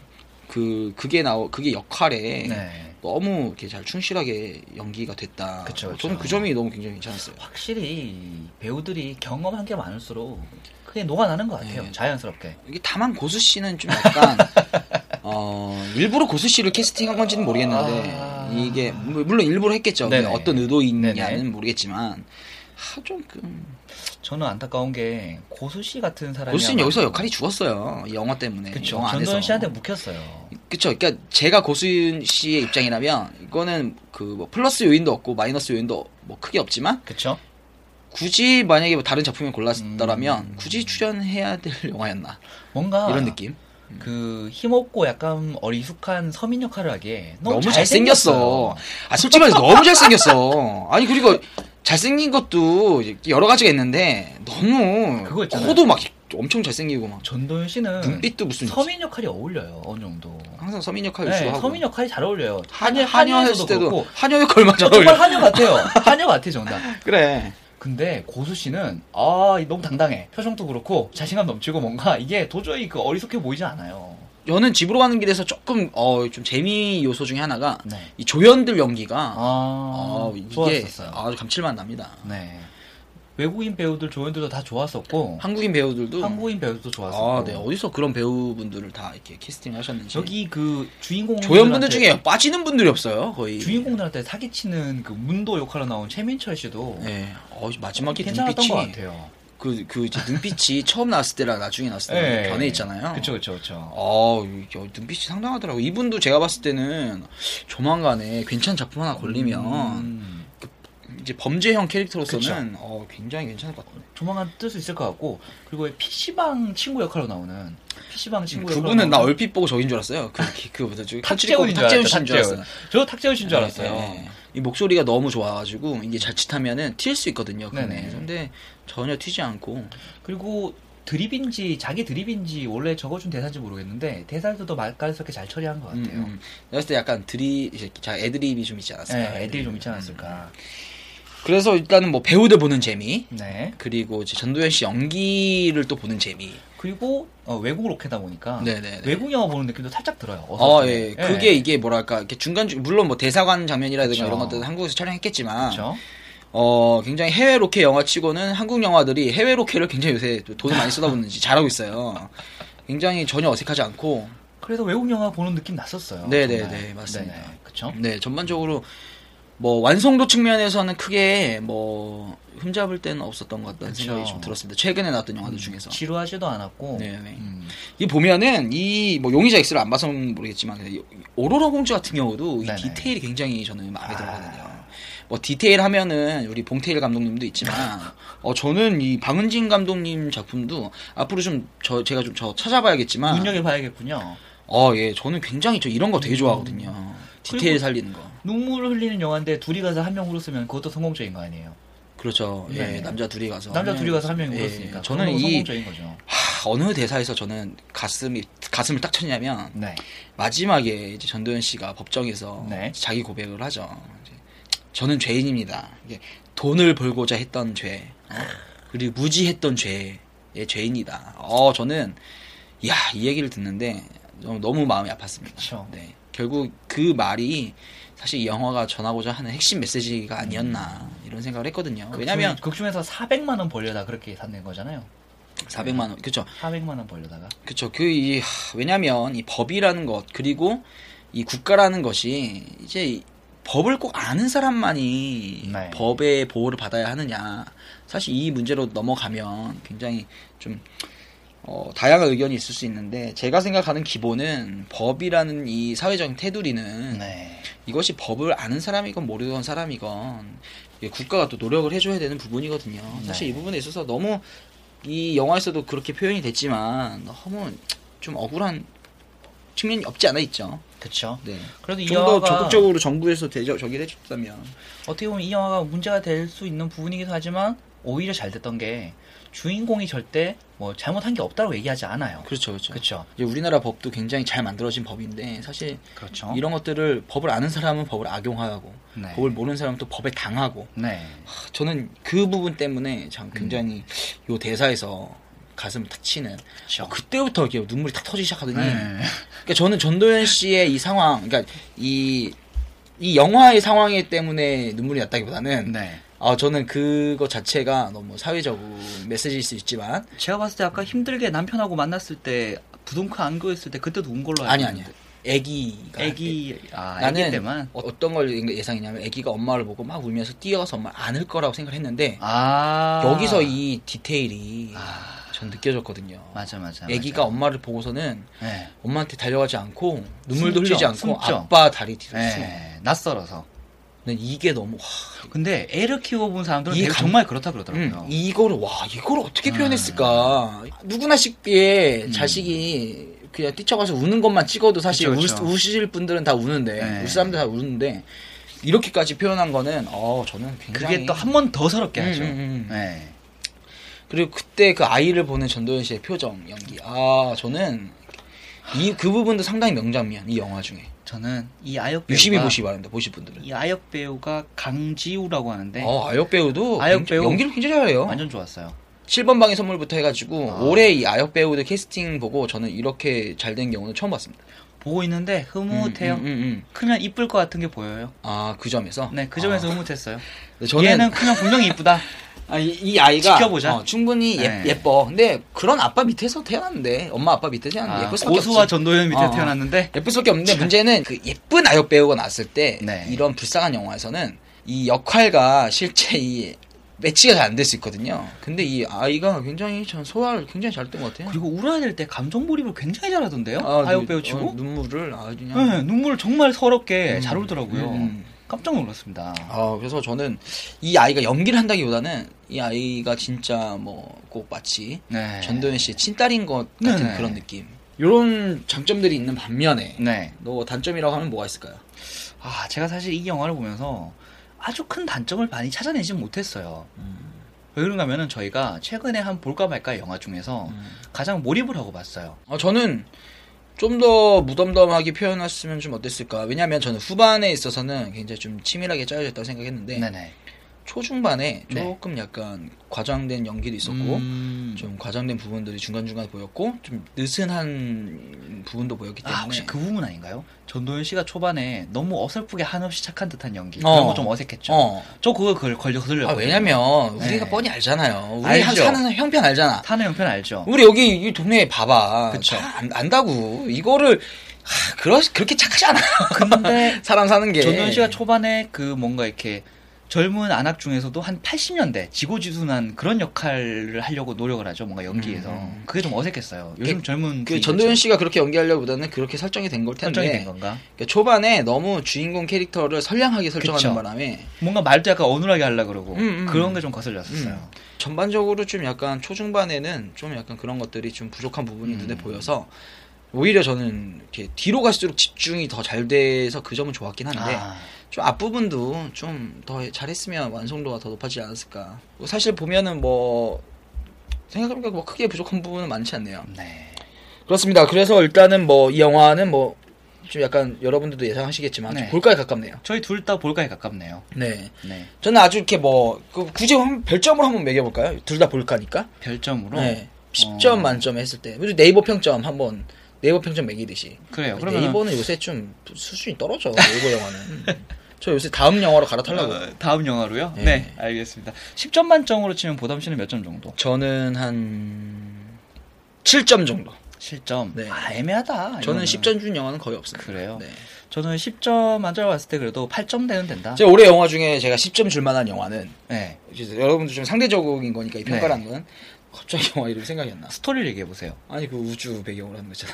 Speaker 2: 그 그게 나오 그게 역할에
Speaker 3: 네.
Speaker 2: 너무 이렇게 잘 충실하게 연기가 됐다.
Speaker 3: 그쵸, 그쵸.
Speaker 2: 저는 그 점이 너무 굉장히 괜찮았어요.
Speaker 3: 확실히 배우들이 경험한 게 많을수록 그게 녹아나는 것 같아요.
Speaker 2: 네.
Speaker 3: 자연스럽게.
Speaker 2: 이게 다만 고수 씨는 좀 약간 어 일부러 고수 씨를 캐스팅한 건지는 모르겠는데
Speaker 3: 아.
Speaker 2: 이게 물- 물론 일부러 했겠죠.
Speaker 3: 네네.
Speaker 2: 어떤 의도이냐는
Speaker 3: 네네.
Speaker 2: 모르겠지만 하, 좀 그,
Speaker 3: 저는 안타까운 게 고수 씨 같은 사람이
Speaker 2: 고수 씨는 여기서 역할이 죽었어요. 이 영화 때문에
Speaker 3: 그쵸.
Speaker 2: 영화 안에서.
Speaker 3: 전도연 씨한테 묵혔어요.
Speaker 2: 그쵸. 그러니까 제가 고수윤 씨의 입장이라면 이거는 그 뭐 플러스 요인도 없고 마이너스 요인도 뭐 크게 없지만
Speaker 3: 그쵸?
Speaker 2: 굳이 만약에 뭐 다른 작품을 골랐더라면
Speaker 3: 음.
Speaker 2: 굳이 출연해야 될 영화였나
Speaker 3: 뭔가
Speaker 2: 이런 느낌. 음.
Speaker 3: 그 힘없고 약간 어리숙한 서민 역할을 하기에 너무,
Speaker 2: 너무
Speaker 3: 잘생겼어.
Speaker 2: 잘생겼어. 아 솔직히 말해서 너무 잘생겼어. 아니 그리고 잘생긴 것도 여러 가지가 있는데 너무
Speaker 3: 그거 있잖아요.
Speaker 2: 코도 막 엄청 잘생기고 막
Speaker 3: 전도연 씨는
Speaker 2: 눈빛도 무슨
Speaker 3: 서민 역할이 어울려요 어느 정도.
Speaker 2: 항상 서민 역할
Speaker 3: 네,
Speaker 2: 위주로 하고
Speaker 3: 서민 역할이 잘 어울려요.
Speaker 2: 한-
Speaker 3: 한여
Speaker 2: 한여
Speaker 3: 한여에서도
Speaker 2: 했을 때도
Speaker 3: 그렇고
Speaker 2: 한여 역할 맞아
Speaker 3: 정말 한여 같아요. 한여 같아 정답.
Speaker 2: 그래.
Speaker 3: 근데 고수 씨는 아 너무 당당해. 표정도 그렇고 자신감 넘치고 뭔가 이게 도저히 그 어리숙해 보이지 않아요.
Speaker 2: 저는 집으로 가는 길에서 조금 어, 좀 재미 요소 중에 하나가
Speaker 3: 네.
Speaker 2: 이 조연들 연기가
Speaker 3: 아,
Speaker 2: 어, 이게
Speaker 3: 좋았었어요.
Speaker 2: 아주 감칠맛 납니다.
Speaker 3: 네. 외국인 배우들 조연들도 다 좋았었고
Speaker 2: 한국인 배우들도
Speaker 3: 한국인 배우도 좋았었고
Speaker 2: 아, 네. 어디서 그런 배우분들을 다 이렇게 캐스팅 하셨는지.
Speaker 3: 저기 그 주인공
Speaker 2: 조연분들 중에 빠지는 분들이 없어요. 거의.
Speaker 3: 주인공들한테 사기치는 그 문도 역할로 나온 최민철 씨도
Speaker 2: 네. 어, 마지막에
Speaker 3: 아, 괜찮았던 것
Speaker 2: 눈빛이
Speaker 3: 같아요.
Speaker 2: 그, 그 이제 눈빛이 처음 나왔을 때랑 나중에 나왔을 때
Speaker 3: 예.
Speaker 2: 네, 변해 있잖아요.
Speaker 3: 그쵸 그쵸 그쵸.
Speaker 2: 아, 이게 눈빛이 상당하더라고. 요 이분도 제가 봤을 때는 조만간에 괜찮은 작품 하나 걸리면
Speaker 3: 음,
Speaker 2: 이제 범죄형 캐릭터로서는 어, 굉장히 괜찮을 것 같아요.
Speaker 3: 조만간 뜰 수 있을 것 같고 그리고 PC방 친구 역할로 나오는 PC방 친구 역할로
Speaker 2: 음, 그분은 나
Speaker 3: 나오는 뭐
Speaker 2: 얼핏 보고 저인 줄 알았어요. 그, 그- 그보다 저기
Speaker 3: 탁재훈인 줄 알았어요.
Speaker 2: 탁재훈 씨인 줄 알았어요.
Speaker 3: 저도 탁재훈 씨인 줄 알았어요.
Speaker 2: 네, 네. 이 목소리가 너무 좋아가지고 이게 자칫하면은 튈 수 있거든요. 근데.
Speaker 3: 네네.
Speaker 2: 근데 전혀 튀지 않고
Speaker 3: 그리고 드립인지 자기 드립인지 원래 적어준 대사인지 모르겠는데 대사들도 맛깔스럽게 잘 처리한 것
Speaker 2: 음,
Speaker 3: 같아요.
Speaker 2: 음. 내가 봤을 때 약간 드리 이제 자 애드립이 좀 있지 않았을까. 음.
Speaker 3: 네, 애들이 좀 있지 않았을까.
Speaker 2: 그래서 일단은 뭐 배우들 보는 재미
Speaker 3: 음, 네.
Speaker 2: 그리고 이제 전도연 씨 연기를 또 보는 재미.
Speaker 3: 그리고 어, 외국 로케다 보니까
Speaker 2: 네네. 네.
Speaker 3: 아, 외국 영화 보는 느낌도 살짝 들어요.
Speaker 2: 어,
Speaker 3: 어설프게.
Speaker 2: 예. 그게 이게 뭐랄까, 이렇게 중간, 중 물론 뭐 대사관 장면이라든가
Speaker 3: 그쵸.
Speaker 2: 이런 것들 한국에서 촬영했겠지만,
Speaker 3: 그렇죠.
Speaker 2: 어, 굉장히 해외 로케 영화 치고는 한국 영화들이 해외 로케를 굉장히 요새 돈을 많이 쏟아붓는지 잘하고 있어요. 굉장히 전혀 어색하지 않고,
Speaker 3: 그래서 외국 영화 보는 느낌 났었어요.
Speaker 2: 네네네,
Speaker 3: 정말.
Speaker 2: 맞습니다.
Speaker 3: 그쵸?
Speaker 2: 네, 전반적으로 뭐 완성도 측면에서는 크게 뭐 흠잡을 데는 없었던 것 같다는
Speaker 3: 그쵸.
Speaker 2: 생각이 좀 들었습니다. 최근에 나왔던 영화들 중에서.
Speaker 3: 지루하지도 않았고.
Speaker 2: 네, 네.
Speaker 3: 음.
Speaker 2: 이 보면은 이 뭐 용의자 X를 안 봐서 모르겠지만 근데 이 오로라 공주 같은 경우도 이
Speaker 3: 네네.
Speaker 2: 디테일이 굉장히 저는 마음에
Speaker 3: 아.
Speaker 2: 들거든요. 뭐 디테일 하면은 우리 봉태일 감독님도 있지만 어 저는 이 방은진 감독님 작품도 앞으로 좀 저 제가 좀 저 찾아봐야겠지만
Speaker 3: 눈여겨봐야겠군요.
Speaker 2: 어 예 저는 굉장히 저 이런 거 되게 좋아하거든요. 디테일
Speaker 3: 음. 그리고-
Speaker 2: 살리는 거.
Speaker 3: 눈물을 흘리는 영화인데 둘이 가서 한 명 울었으면 그것도 성공적인 거 아니에요.
Speaker 2: 그렇죠. 예,
Speaker 3: 네.
Speaker 2: 남자 둘이 가서
Speaker 3: 남자
Speaker 2: 하면-
Speaker 3: 둘이 가서 한 명이
Speaker 2: 예,
Speaker 3: 울었으니까.
Speaker 2: 저는
Speaker 3: 그건
Speaker 2: 이
Speaker 3: 성공적인 거죠.
Speaker 2: 하, 어느 대사에서 저는 가슴이 가슴을 딱 쳤냐면
Speaker 3: 네.
Speaker 2: 마지막에 이제 전도연 씨가 법정에서
Speaker 3: 네.
Speaker 2: 자기 고백을 하죠. 이제 저는 죄인입니다. 이게 돈을 벌고자 했던 죄, 어, 그리고 무지했던 죄의 죄인이다. 어, 저는 이야 이 얘기를 듣는데 너무, 너무 마음이 아팠습니다.
Speaker 3: 그쵸.
Speaker 2: 네. 결국 그 말이 사실 이 영화가 전하고자 하는 핵심 메시지가 아니었나 이런 생각을 했거든요. 왜냐하면
Speaker 3: 어, 극 중에서 400만 원 벌려다 그렇게 샀는 거잖아요.
Speaker 2: 400만 원, 그렇죠.
Speaker 3: 400만 원 벌려다가.
Speaker 2: 그렇죠. 그 이, 하, 왜냐면 이 법이라는 것 그리고 이 국가라는 것이 이제 이 법을 꼭 아는 사람만이
Speaker 3: 네.
Speaker 2: 법의 보호를 받아야 하느냐. 사실 이 문제로 넘어가면 굉장히 좀 어, 다양한 의견이 있을 수 있는데 제가 생각하는 기본은 법이라는 이 사회적인 테두리는
Speaker 3: 네.
Speaker 2: 이것이 법을 아는 사람이건 모르던 사람이건 이게 국가가 또 노력을 해줘야 되는 부분이거든요. 사실
Speaker 3: 네.
Speaker 2: 이 부분에 있어서 너무 이 영화에서도 그렇게 표현이 됐지만 너무 좀 억울한 측면이 없지 않아 있죠.
Speaker 3: 그쵸.
Speaker 2: 네.
Speaker 3: 그래도 이
Speaker 2: 좀 더
Speaker 3: 영화가
Speaker 2: 적극적으로 정부에서 대저, 저기를 해줬다면
Speaker 3: 어떻게 보면 이 영화가 문제가 될 수 있는 부분이기도 하지만 오히려 잘 됐던 게 주인공이 절대 뭐 잘못한 게 없다고 얘기하지 않아요.
Speaker 2: 그렇죠, 그렇죠.
Speaker 3: 그렇죠.
Speaker 2: 이제 우리나라 법도 굉장히 잘 만들어진 법인데 사실
Speaker 3: 그렇죠.
Speaker 2: 이런 것들을 법을 아는 사람은 법을 악용하고
Speaker 3: 네.
Speaker 2: 법을 모르는 사람은 또 법에 당하고
Speaker 3: 네.
Speaker 2: 저는 그 부분 때문에 참 굉장히 요 대사에서 가슴을 탁 치는
Speaker 3: 음. 그렇죠.
Speaker 2: 그때부터 이게 눈물이 탁 터지기 시작하더니
Speaker 3: 네.
Speaker 2: 그러니까 저는 전도연 씨의 이 상황 그러니까 이, 이 영화의 상황 때문에 눈물이 났다기보다는
Speaker 3: 네.
Speaker 2: 아, 저는 그거 자체가 너무 사회적인 메시지일 수 있지만
Speaker 3: 제가 봤을 때 아까 힘들게 남편하고 만났을 때 부동크 안고했을 때 그때도 운 걸로
Speaker 2: 아니 아니 애기가
Speaker 3: 아기 아
Speaker 2: 나는
Speaker 3: 아기 때만
Speaker 2: 어떤 걸 예상했냐면 애기가 엄마를 보고 막 울면서 뛰어가서 엄마를 안을 거라고 생각을 했는데
Speaker 3: 아
Speaker 2: 여기서 이 디테일이
Speaker 3: 아.
Speaker 2: 전 느껴졌거든요
Speaker 3: 맞아 맞아
Speaker 2: 애기가
Speaker 3: 맞아.
Speaker 2: 엄마를 보고서는
Speaker 3: 네.
Speaker 2: 엄마한테 달려가지 않고 눈물도
Speaker 3: 숨죠,
Speaker 2: 흘리지 않고
Speaker 3: 숨죠.
Speaker 2: 아빠 다리 뒤로 숨어.
Speaker 3: 네. 낯설어서
Speaker 2: 난 이게 너무 와,
Speaker 3: 근데 애를 키워본 사람들은
Speaker 2: 이
Speaker 3: 되게
Speaker 2: 감-
Speaker 3: 정말 그렇다
Speaker 2: 음,
Speaker 3: 그러더라고요.
Speaker 2: 이거를 와 이거를 어떻게 표현했을까? 누구나 쉽게
Speaker 3: 음.
Speaker 2: 자식이 그냥 뛰쳐가서 우는 것만 찍어도 사실
Speaker 3: 그쵸, 그쵸.
Speaker 2: 울, 실 분들은 다 우는데
Speaker 3: 네.
Speaker 2: 울 사람들 다 우는데 이렇게까지 표현한 거는 어 저는 굉장히
Speaker 3: 그게 또 한 번 더 서럽게
Speaker 2: 음,
Speaker 3: 하죠.
Speaker 2: 음, 음.
Speaker 3: 네.
Speaker 2: 그리고 그때 그 아이를 보는 전도연 씨의 표정 연기 아 저는 이 그 부분도 상당히 명장면 이 영화 중에
Speaker 3: 저는 이 아역 배우가
Speaker 2: 유심히 보시기 바랍니다 보실 분들은
Speaker 3: 이 아역 배우가 강지우라고 하는데
Speaker 2: 어, 아역 배우도
Speaker 3: 네. 아역
Speaker 2: 굉장히-
Speaker 3: 배우.
Speaker 2: 연기를 굉장히 잘해요.
Speaker 3: 완전 좋았어요.
Speaker 2: 7번 방의 선물부터 해가지고
Speaker 3: 아.
Speaker 2: 올해 이 아역 배우들 캐스팅 보고 저는 이렇게 잘 된 경우는 처음 봤습니다.
Speaker 3: 보고 있는데 흐뭇해요.
Speaker 2: 음, 음, 음.
Speaker 3: 크면 이쁠 것 같은 게 보여요.
Speaker 2: 아그 점에서.
Speaker 3: 네, 그 점에서
Speaker 2: 아,
Speaker 3: 흐뭇했어요.
Speaker 2: 저는
Speaker 3: 얘는 크면 분명히 이쁘다.
Speaker 2: 아, 이, 이 아이가
Speaker 3: 지켜보자.
Speaker 2: 어, 충분히 예,
Speaker 3: 네.
Speaker 2: 예뻐. 근데 그런 아빠 밑에서 태어났는데 엄마 아빠 밑에 태어났는데 예쁠 수밖에
Speaker 3: 고수와
Speaker 2: 없지.
Speaker 3: 전도현 밑에
Speaker 2: 어.
Speaker 3: 태어났는데
Speaker 2: 예쁠 수밖에 없는데 문제는 그 예쁜 아역 배우가 나왔을 때
Speaker 3: 네.
Speaker 2: 이런 불쌍한 영화에서는 이 역할과 실제 이 매치가 잘 안 될 수 있거든요. 근데 이 아이가 굉장히 전 소화를 굉장히 잘된것 같아요.
Speaker 3: 그리고 울어야 될 때 감정 몰입을 굉장히 잘하던데요.
Speaker 2: 아,
Speaker 3: 아역
Speaker 2: 눈-
Speaker 3: 배우 치고.
Speaker 2: 어, 눈물을 아주 그냥
Speaker 3: 네, 눈물을 정말 서럽게
Speaker 2: 음.
Speaker 3: 잘 울더라고요.
Speaker 2: 음.
Speaker 3: 깜짝 놀랐습니다.
Speaker 2: 아, 그래서 저는 이 아이가 연기를 한다기보다는 이 아이가 진짜 뭐 꼭 마치
Speaker 3: 네.
Speaker 2: 전도연 씨의 친딸인 것 같은
Speaker 3: 네네.
Speaker 2: 그런 느낌. 이런 장점들이 있는 반면에
Speaker 3: 네.
Speaker 2: 너 단점이라고 하면 뭐가 있을까요?
Speaker 3: 아, 제가 사실 이 영화를 보면서 아주 큰 단점을 많이 찾아내지 못했어요.
Speaker 2: 음.
Speaker 3: 왜 그런가 하면은 저희가 최근에 한 볼까 말까 영화 중에서
Speaker 2: 음.
Speaker 3: 가장 몰입을 하고 봤어요.
Speaker 2: 어, 저는 좀 더 무덤덤하게 표현했으면 좀 어땠을까? 왜냐하면 저는 후반에 있어서는 굉장히 좀 치밀하게 짜여져 있다고 생각했는데
Speaker 3: 네네.
Speaker 2: 초중반에
Speaker 3: 네.
Speaker 2: 조금 약간 과장된 연기도 있었고
Speaker 3: 음.
Speaker 2: 좀 과장된 부분들이 중간중간에 보였고 좀 느슨한 부분도 보였기 때문에
Speaker 3: 아, 혹시 그 부분 아닌가요? 전도연 씨가 초반에 너무 어설프게 한없이 착한 듯한 연기.
Speaker 2: 어.
Speaker 3: 그런 거 좀 어색했죠.
Speaker 2: 어.
Speaker 3: 저 그거 그걸 걸려
Speaker 2: 아,
Speaker 3: 거슬려요.
Speaker 2: 왜냐면 우리가
Speaker 3: 네.
Speaker 2: 뻔히 알잖아요. 우리
Speaker 3: 알죠.
Speaker 2: 한- 사는 형편 알잖아.
Speaker 3: 타는 형편 알죠?
Speaker 2: 우리 여기 이 동네 봐봐.
Speaker 3: 그쵸.
Speaker 2: 다 안, 안다고. 이거를 하, 그러, 그렇게 착하지 않아. 근데 사람 사는 게
Speaker 3: 전도연 씨가 초반에 그 뭔가 이렇게 젊은 안악 중에서도 한 80년대 지고지순한 그런 역할을 하려고 노력을 하죠. 뭔가 연기에서.
Speaker 2: 음.
Speaker 3: 그게 좀 어색했어요. 요즘
Speaker 2: 그-
Speaker 3: 젊은
Speaker 2: 그 전도연
Speaker 3: 씨
Speaker 2: 씨가 그렇게 연기하려보다는 그렇게 설정이 된 걸 텐데
Speaker 3: 설정이 된 건가?
Speaker 2: 그러니까 초반에 너무 주인공 캐릭터를 선량하게 설정하는
Speaker 3: 그쵸.
Speaker 2: 바람에
Speaker 3: 뭔가 말도 약간 어눌하게 하려고 그러고
Speaker 2: 음, 음,
Speaker 3: 그런
Speaker 2: 음.
Speaker 3: 게 좀 거슬렸었어요.
Speaker 2: 전반적으로 좀 약간 초중반에는 좀 약간 그런 것들이 좀 부족한 부분이
Speaker 3: 음.
Speaker 2: 눈에 보여서 오히려 저는 이렇게 뒤로 갈수록 집중이 더 잘 돼서 그 점은 좋았긴 한데
Speaker 3: 아,
Speaker 2: 좀 앞부분도 좀 더 잘했으면 완성도가 더 높아지지 않았을까. 사실 보면은 뭐 생각해보니까 뭐 크게 부족한 부분은 많지 않네요.
Speaker 3: 네.
Speaker 2: 그렇습니다. 그래서 일단은 뭐 이 영화는 뭐 좀 약간 여러분들도 예상하시겠지만 좀
Speaker 3: 네.
Speaker 2: 볼까에 가깝네요.
Speaker 3: 저희 둘 다 볼까에 가깝네요.
Speaker 2: 네.
Speaker 3: 네.
Speaker 2: 저는 아주 이렇게 뭐 그 굳이 한- 별점으로 한번 매겨볼까요? 둘 다 볼까니까.
Speaker 3: 별점으로
Speaker 2: 네. 10점 만점에 했을 때. 그리고 네이버 평점 한번 네이버 평점 매기듯이.
Speaker 3: 그래요. 그러면
Speaker 2: 네이버는 요새 좀 수준이 떨어져. 네이버 영화는. 저 요새 다음 영화로 갈아타려고.
Speaker 3: 어, 다음 영화로요?
Speaker 2: 네.
Speaker 3: 네. 알겠습니다. 10점 만점으로 치면 보담 씨는 몇 점 정도?
Speaker 2: 저는 한 7점 정도.
Speaker 3: 7점.
Speaker 2: 네.
Speaker 3: 아, 애매하다. 이거는.
Speaker 2: 저는 10점 준 영화는 거의 없어요.
Speaker 3: 그래요?
Speaker 2: 네.
Speaker 3: 저는 10점 만점 봤을 때 그래도 8점대는 된다.
Speaker 2: 제 올해 영화 중에 제가 10점 줄 만한 영화는
Speaker 3: 네.
Speaker 2: 이제 여러분들 좀 상대적인 거니까 이 평가라는 건 갑자기 영화 이름 생각이 안 나.
Speaker 3: 스토리를 얘기해 보세요.
Speaker 2: 아니 그 우주 배경으로 하는 거 있잖아.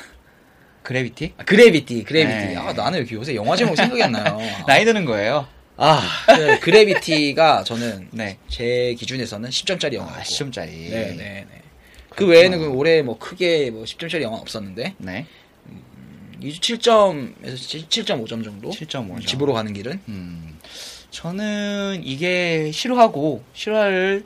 Speaker 3: 그래비티?
Speaker 2: 아, 그래비티, 그래비티.
Speaker 3: 네.
Speaker 2: 아 나는 이렇게 요새 영화 제목 생각이 안 나요.
Speaker 3: 나이 드는 거예요.
Speaker 2: 아 그, 그래비티가 저는
Speaker 3: 네.
Speaker 2: 제 기준에서는 10점짜리 영화였고.
Speaker 3: 아, 10점짜리.
Speaker 2: 네네네. 그 외에는 그 올해 뭐 크게 뭐 10점짜리 영화 는 없었는데 음,
Speaker 3: 네.
Speaker 2: 7점에서 7.5점 정도.
Speaker 3: 7.5점.
Speaker 2: 집으로 가는 길은
Speaker 3: 음. 저는 이게 싫어하고 싫어를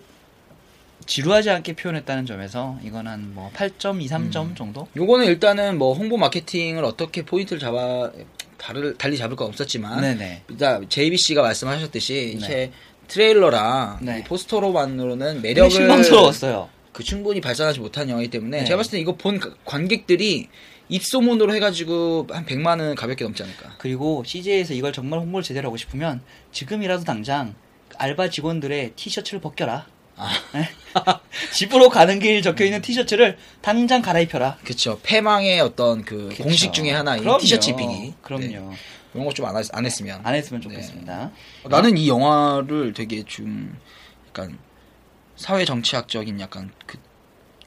Speaker 3: 지루하지 않게 표현했다는 점에서 이건 한뭐 8점, 2, 3점
Speaker 2: 음.
Speaker 3: 정도?
Speaker 2: 요거는 일단은 뭐 홍보 마케팅을 어떻게 포인트를 잡아 다를 달리 잡을 건 없었지만
Speaker 3: 네네.
Speaker 2: 일단 JBC가 말씀하셨듯이
Speaker 3: 네.
Speaker 2: 이게 트레일러랑
Speaker 3: 네.
Speaker 2: 이 포스터로만으로는
Speaker 3: 되게
Speaker 2: 매력을
Speaker 3: 실망스러웠어요.
Speaker 2: 그 충분히 발산하지 못한 영화이기 때문에
Speaker 3: 네.
Speaker 2: 제가 봤을 때 이거 본 가- 관객들이 입소문으로 해가지고 한 100만 원 가볍게 넘지 않을까.
Speaker 3: 그리고 CJ에서 이걸 정말 홍보를 제대로 하고 싶으면 지금이라도 당장 알바 직원들의 티셔츠를 벗겨라.
Speaker 2: 아.
Speaker 3: 네? 집으로 가는 길 적혀 있는 티셔츠를 당장 갈아입혀라.
Speaker 2: 그쵸. 패망의 어떤 그 공식 중에 하나인
Speaker 3: 그럼요.
Speaker 2: 티셔츠 입히기.
Speaker 3: 그럼요.
Speaker 2: 네. 이런 거 좀 안 안 했으면.
Speaker 3: 안 했으면 좋겠습니다.
Speaker 2: 어, 나는 이 영화를 되게 좀 약간 사회 정치학적인 약간 그,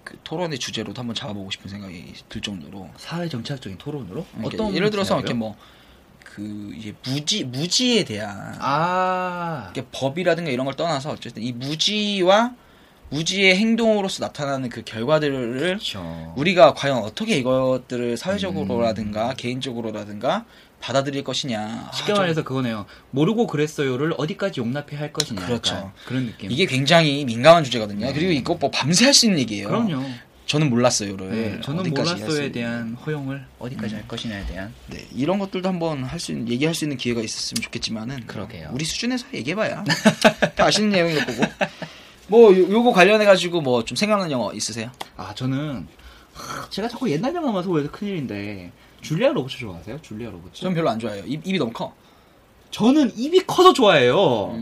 Speaker 2: 그 토론의 주제로도 한번 잡아보고 싶은 생각이 들 정도로
Speaker 3: 사회 정치학적인 토론으로
Speaker 2: 그러니까
Speaker 3: 어떤
Speaker 2: 예를 들어서 이렇게
Speaker 3: 분야고요?
Speaker 2: 뭐 그 이제 무지 무지에 대한
Speaker 3: 뭐- 아
Speaker 2: 이게 법이라든가 이런 걸 떠나서 어쨌든 이 무지와 무지의 행동으로서 나타나는 그 결과들을
Speaker 3: 그렇죠.
Speaker 2: 우리가 과연 어떻게 이것들을 사회적으로라든가 개인적으로라든가 받아들일 것이냐 아,
Speaker 3: 음. 쉽게
Speaker 2: 좀
Speaker 3: 말해서 그거네요. 모르고 그랬어요를 어디까지 용납해 야할 것이냐.
Speaker 2: 그렇죠.
Speaker 3: 약간 그런 느낌.
Speaker 2: 이게 굉장히 민감한 주제거든요. 그리고 이거 뭐 밤새 할 수 있는 얘기예요.
Speaker 3: 네. 그럼요.
Speaker 2: 저는 몰랐어요를.
Speaker 3: 네, 저는
Speaker 2: 어, 어디까지 할수
Speaker 3: 몰랐어요에
Speaker 2: 있는- 음.
Speaker 3: 대한 허용을 어디까지 할 것이냐에 대한
Speaker 2: 네, 이런 것들도 한번 할 수 있는 얘기할 수 있는 기회가 있었으면 좋겠지만은
Speaker 3: 그러게요.
Speaker 2: 우리 수준에서 얘기해봐야 다 아시는 내용일 거고. 뭐 요, 요거 관련해 가지고 뭐 좀 생각나는 영화 있으세요?
Speaker 3: 아 저는 하, 제가 자꾸 옛날 영화만 소개해서 큰일인데 줄리아 로버츠 좋아하세요? 줄리아 로버츠?
Speaker 2: 전 별로 안 좋아해요. 입, 입이 너무 커.
Speaker 3: 저는 입이 커서 좋아해요.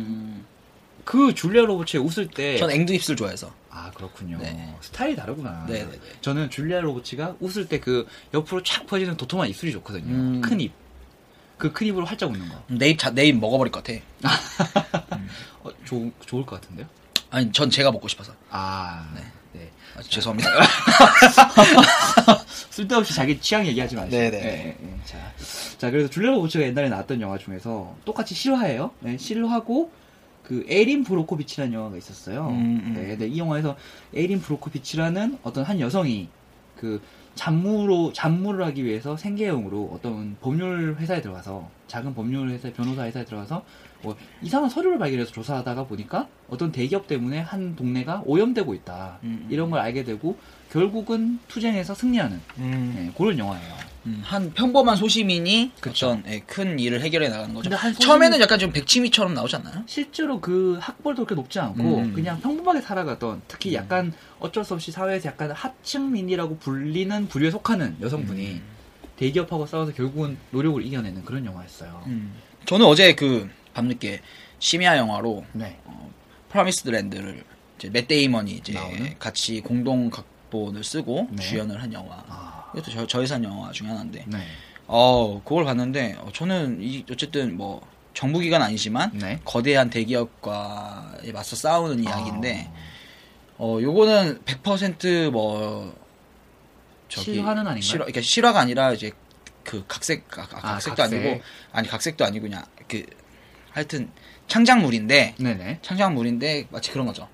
Speaker 3: 그 줄리아 로버츠의 웃을 때.
Speaker 2: 음. 전 앵두 입술 좋아해서.
Speaker 3: 아, 그렇군요.
Speaker 2: 네.
Speaker 3: 스타일이 다르구나.
Speaker 2: 네네네.
Speaker 3: 저는 줄리아 로버츠가 웃을 때 그 옆으로 촥 퍼지는 도톰한 입술이 좋거든요.
Speaker 2: 음.
Speaker 3: 큰 입. 그 큰 입으로 활짝 웃는 거.
Speaker 2: 내 입, 자, 내 입 먹어버릴 것 같아.
Speaker 3: 어, 좋, 좋을 것 같은데요?
Speaker 2: 아니, 전 제가 먹고 싶어서.
Speaker 3: 아. 네.
Speaker 2: 아, 죄송합니다.
Speaker 3: 쓸데없이 자기 취향 얘기하지 마시고.
Speaker 2: 네네.
Speaker 3: 예, 예, 예. 자, 자, 그래서 줄리아 로버츠가 옛날에 나왔던 영화 중에서 똑같이 실화예요. 네, 실화고 그 에린 브로코비치라는 영화가 있었어요.
Speaker 2: 음, 음.
Speaker 3: 네, 근데 이 영화에서 에린 브로코비치라는 어떤 한 여성이 그 잡무로 잡무를 하기 위해서 생계형으로 어떤 법률 회사에 들어가서 작은 법률 회사 변호사 회사에 들어가서 뭐 이상한 서류를 발견해서 조사하다가 보니까 어떤 대기업 때문에 한 동네가 오염되고 있다
Speaker 2: 음, 음.
Speaker 3: 이런 걸 알게 되고 결국은 투쟁해서 승리하는
Speaker 2: 음,
Speaker 3: 네, 그런 영화예요.
Speaker 2: 음, 한 평범한 소시민이
Speaker 3: 그쵸.
Speaker 2: 어떤 예, 큰 일을 해결해 나가는 거죠.
Speaker 3: 근데 한 소시민-
Speaker 2: 처음에는 약간 좀 백치미처럼 나오지 않나요?
Speaker 3: 실제로 그 학벌도 그렇게 높지 않고
Speaker 2: 음.
Speaker 3: 그냥 평범하게 살아가던 특히 약간 어쩔 수 없이 사회에서 약간 하층민이라고 불리는 부류에 속하는 여성분이 대기업하고 싸워서 결국은 노력을 이겨내는 그런 영화였어요.
Speaker 2: 음. 저는 어제 그 밤늦게 심야 영화로
Speaker 3: 네.
Speaker 2: 프라미스드 랜드를 이제 맷 데이먼이 이제
Speaker 3: 나오는?
Speaker 2: 같이 공동 각본을 쓰고
Speaker 3: 네.
Speaker 2: 주연을 한 영화.
Speaker 3: 아,
Speaker 2: 이것도 저, 저예산 영화 중에 하나인데.
Speaker 3: 네.
Speaker 2: 어, 그걸 봤는데 어, 저는 이 어쨌든 뭐 정부 기관 아니지만
Speaker 3: 네.
Speaker 2: 거대한 대기업과 맞서
Speaker 3: 아.
Speaker 2: 싸우는 이야기인데 어, 요거는 100%뭐 저기
Speaker 3: 실화는 아닌가요?
Speaker 2: 실화, 그러니까 실화가 아니라 이제 그 각색 아, 아,
Speaker 3: 아,
Speaker 2: 각색도
Speaker 3: 각색.
Speaker 2: 아니고 아니 각색도 아니고 그냥 그 하여튼 창작물인데
Speaker 3: 네네.
Speaker 2: 창작물인데 마치 그런 거죠.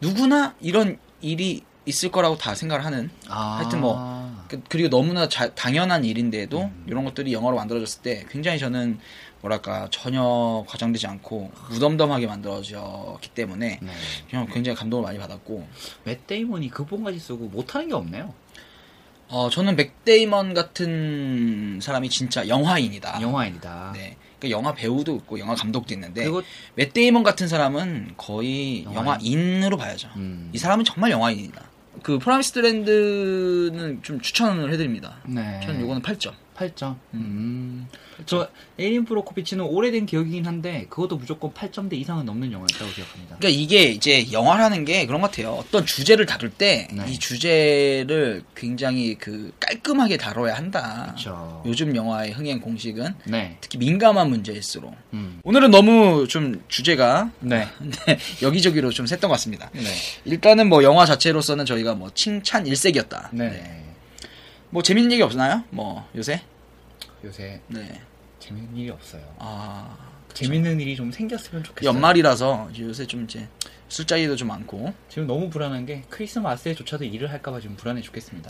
Speaker 2: 누구나 이런 일이 있을 거라고 다 생각을 하는
Speaker 3: 아.
Speaker 2: 하여튼 뭐, 그- 그리고 너무나 자- 당연한 일인데도
Speaker 3: 음.
Speaker 2: 이런 것들이 영화로 만들어졌을 때 굉장히 저는 뭐랄까 전혀 과장되지 않고 무덤덤하게 만들어졌기 때문에
Speaker 3: 네.
Speaker 2: 그냥 굉장히 감동을 많이 받았고
Speaker 3: 맷 데이먼이 그본까지 쓰고 못하는 게 없네요.
Speaker 2: 어, 저는 맥데이먼 같은 사람이 진짜
Speaker 3: 아.
Speaker 2: 영화인이다.
Speaker 3: 영화인이다.
Speaker 2: 네. 그러니까 영화 배우도 있고 영화 감독도 있는데
Speaker 3: 그리고
Speaker 2: 맥데이먼 같은 사람은 거의
Speaker 3: 영화인?
Speaker 2: 영화인? 으로 봐야죠.
Speaker 3: 음.
Speaker 2: 이 사람은 정말 영화인이다. 그 프라미스드랜드는 좀 추천을 해드립니다.
Speaker 3: 네.
Speaker 2: 저는 요거는 8점.
Speaker 3: 8점. 음. 저 에린 브로코비치는 오래된 기억이긴 한데 그것도 무조건 8점대 이상은 넘는 영화였다고 기억합니다.
Speaker 2: 그러니까 이게 이제 영화라는 게 그런 것 같아요. 어떤 주제를 다룰 때 이
Speaker 3: 네.
Speaker 2: 주제를 굉장히 그 깔끔하게 다뤄야 한다.
Speaker 3: 그렇죠.
Speaker 2: 요즘 영화의 흥행 공식은
Speaker 3: 네.
Speaker 2: 특히 민감한 문제일수록.
Speaker 3: 음.
Speaker 2: 오늘은 너무 좀 주제가
Speaker 3: 네.
Speaker 2: 네, 여기저기로 좀 샜던 것 같습니다.
Speaker 3: 네.
Speaker 2: 일단은 뭐 영화 자체로서는 저희가 뭐 칭찬 일색이었다.
Speaker 3: 네.
Speaker 2: 네. 뭐 재밌는 얘기 없나요? 뭐 요새?
Speaker 3: 요새
Speaker 2: 네.
Speaker 3: 재밌는 일이 없어요.
Speaker 2: 아
Speaker 3: 그렇죠. 재밌는 일이 좀 생겼으면 좋겠어요.
Speaker 2: 연말이라서 이제 요새 좀 이제 술자리도 좀 많고
Speaker 3: 지금 너무 불안한 게 크리스마스에조차도 일을 할까봐 지금 불안해 죽겠습니다.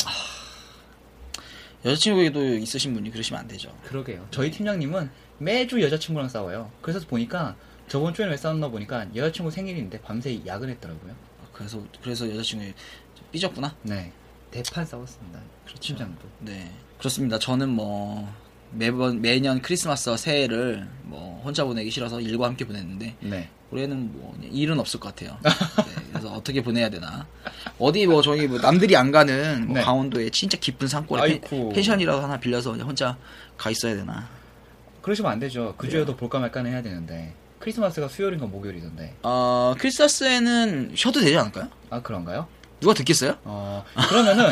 Speaker 2: 여자친구에도 있으신 분이 그러시면 안 되죠.
Speaker 3: 그러게요. 네. 저희 팀장님은 매주 여자친구랑 싸워요. 그래서 보니까 저번 주에 왜 싸웠나 보니까 여자친구 생일인데 밤새 야근했더라고요.
Speaker 2: 그래서 그래서 여자친구 삐졌구나.
Speaker 3: 네. 대판 싸웠습니다. 팀장도.
Speaker 2: 네 그렇습니다. 저는 뭐 매번 매년 크리스마스와 새해를 뭐 혼자 보내기 싫어서 일과 함께 보냈는데
Speaker 3: 네.
Speaker 2: 올해는 뭐 그냥 일은 없을 것 같아요. 네, 그래서 어떻게 보내야 되나 어디 뭐 저기 뭐 남들이 안 가는 뭐
Speaker 3: 네.
Speaker 2: 강원도에 진짜 깊은 산골에
Speaker 3: 아이고.
Speaker 2: 펜, 펜션이라도 하나 빌려서 그냥 혼자 가 있어야 되나.
Speaker 3: 그러시면 안 되죠. 그 주에도
Speaker 2: 예.
Speaker 3: 볼까 말까는 해야 되는데 크리스마스가 수요일인가 목요일이던데.
Speaker 2: 어 크리스마스에는 쉬어도 되지 않을까요?
Speaker 3: 아 그런가요?
Speaker 2: 누가 듣겠어요?
Speaker 3: 어 그러면은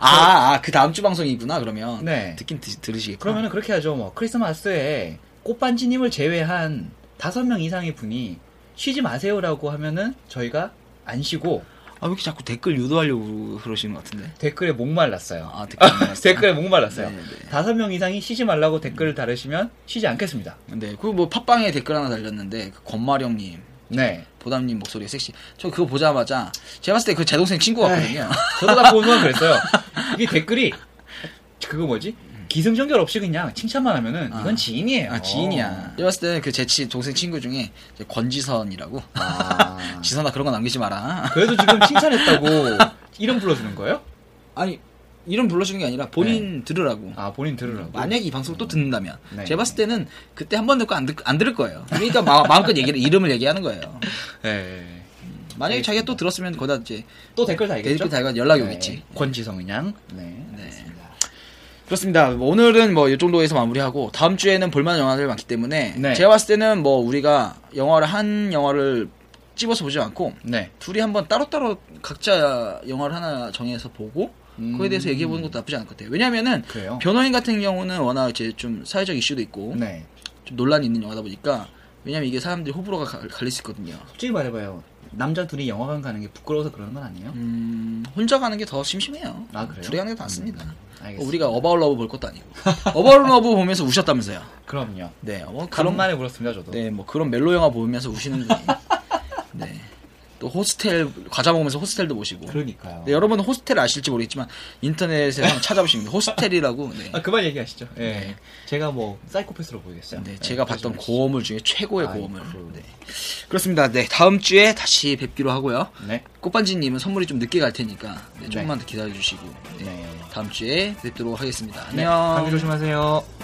Speaker 2: 아그 다음 주 방송이구나 그러면.
Speaker 3: 네.
Speaker 2: 듣긴 드- 들으시겠구나.
Speaker 3: 그러면은 그렇게 하죠. 뭐 크리스마스에 꽃반지님을 제외한 다섯 명 이상의 분이 쉬지 마세요라고 하면은 저희가 안 쉬고
Speaker 2: 아, 왜 이렇게 자꾸 댓글 유도하려고 그러시는 것 같은데?
Speaker 3: 댓글에 목말랐어요.
Speaker 2: 아, 댓글. 안 봤어요?
Speaker 3: 댓글에 목말랐어요.
Speaker 2: 네, 네.
Speaker 3: 다섯 명 이상이 쉬지 말라고 댓글을 달으시면 쉬지 않겠습니다.
Speaker 2: 네, 그리고 뭐 팟빵에 댓글 하나 달렸는데, 그 권마령님,
Speaker 3: 네.
Speaker 2: 보담님 목소리가 섹시. 저 그거 보자마자, 제가 봤을 때 그 제 동생 친구 같거든요.
Speaker 3: 저도 딱 보는 순간 그랬어요. 이게 댓글이 그거 뭐지? 기승전결 없이 그냥 칭찬만 하면은
Speaker 2: 음. 아.
Speaker 3: 이건 지인이에요. 어.
Speaker 2: 아, 지인이야. 제가 봤을 때 그 제 동생 친구 중에 이제 권지선이라고.
Speaker 3: 아.
Speaker 2: 지선아, 그런 거 남기지 마라.
Speaker 3: 그래도 지금 칭찬했다고 이름 불러주는 거예요?
Speaker 2: 아니, 이름 불러주는 게 아니라 본인 들으라고.
Speaker 3: 아 본인 들으라고.
Speaker 2: 만약에 이 방송 또 듣는다면
Speaker 3: 네.
Speaker 2: 제가 봤을 때는 그때 한 번 듣고 안, 듣, 안 들을 거예요 그러니까 마, 마음껏 얘기를 이름을 얘기하는 거예요
Speaker 3: 네.
Speaker 2: 만약에 자기가 또 들었으면 거기다 이제
Speaker 3: 또 댓글 달겠죠? 예, 네.
Speaker 2: 댓글 달고 연락이 오겠지.
Speaker 3: 권지성 양. 네. 알겠습니다.
Speaker 2: 그렇습니다. 뭐 오늘은 뭐 이 정도에서 마무리하고 다음 주에는 볼만한 영화들이 많기 때문에
Speaker 3: 네.
Speaker 2: 제가 봤을 때는 뭐 우리가 영화를 한 영화를 집어서 보지 않고
Speaker 3: 네.
Speaker 2: 둘이 한번 따로따로 각자 영화를 하나 정해서 보고 그거에 대해서
Speaker 3: 음.
Speaker 2: 얘기해 보는 것도 나쁘지 않을 것 같아요. 왜냐면은
Speaker 3: 그래요.
Speaker 2: 변호인 같은 경우는 워낙 이제 좀 사회적 이슈도 있고
Speaker 3: 네.
Speaker 2: 좀 논란이 있는 영화다 보니까 왜냐면 이게 사람들이 호불호가 가- 갈릴 수 있거든요.
Speaker 3: 솔직히 말해봐요. 남자 둘이 영화관 가는 게 부끄러워서 그러는 건 아니에요?
Speaker 2: 음, 혼자 가는 게 더 심심해요.
Speaker 3: 아 그래요?
Speaker 2: 둘이 가는 게 더 낫습니다. 뭐
Speaker 3: 음, 알겠습니다.
Speaker 2: 우리가 어바웃 러브 볼 것도 아니고 어바웃 러브 보면서 우셨다면서요.
Speaker 3: 그럼요.
Speaker 2: 네, 뭐 그런
Speaker 3: 간만에 울었습니다 저도.
Speaker 2: 네, 뭐 그런 멜로 영화 보면서 우시는 분이 네. 또 호스텔 과자 먹으면서 호스텔도 보시고.
Speaker 3: 그러니까요.
Speaker 2: 네, 여러분은 호스텔 아실지 모르겠지만 인터넷에 한번 찾아보시면 호스텔이라고. 네.
Speaker 3: 아 그만 얘기하시죠. 예.
Speaker 2: 네.
Speaker 3: 제가 뭐 사이코패스로 보이겠어요.
Speaker 2: 네,
Speaker 3: 예,
Speaker 2: 제가 봤던
Speaker 3: 그러지
Speaker 2: 고어물 중에 최고의
Speaker 3: 아이고.
Speaker 2: 고어물. 네. 그렇습니다. 네, 다음 주에 다시 뵙기로 하고요.
Speaker 3: 마시죠. 네.
Speaker 2: 꽃반지님은 선물이 좀 늦게 갈 테니까 네, 조금만 더 기다려 주시고
Speaker 3: 네.
Speaker 2: 다음 주에 뵙도록 하겠습니다.
Speaker 3: 네.
Speaker 2: 안녕.
Speaker 3: 감기 조심하세요.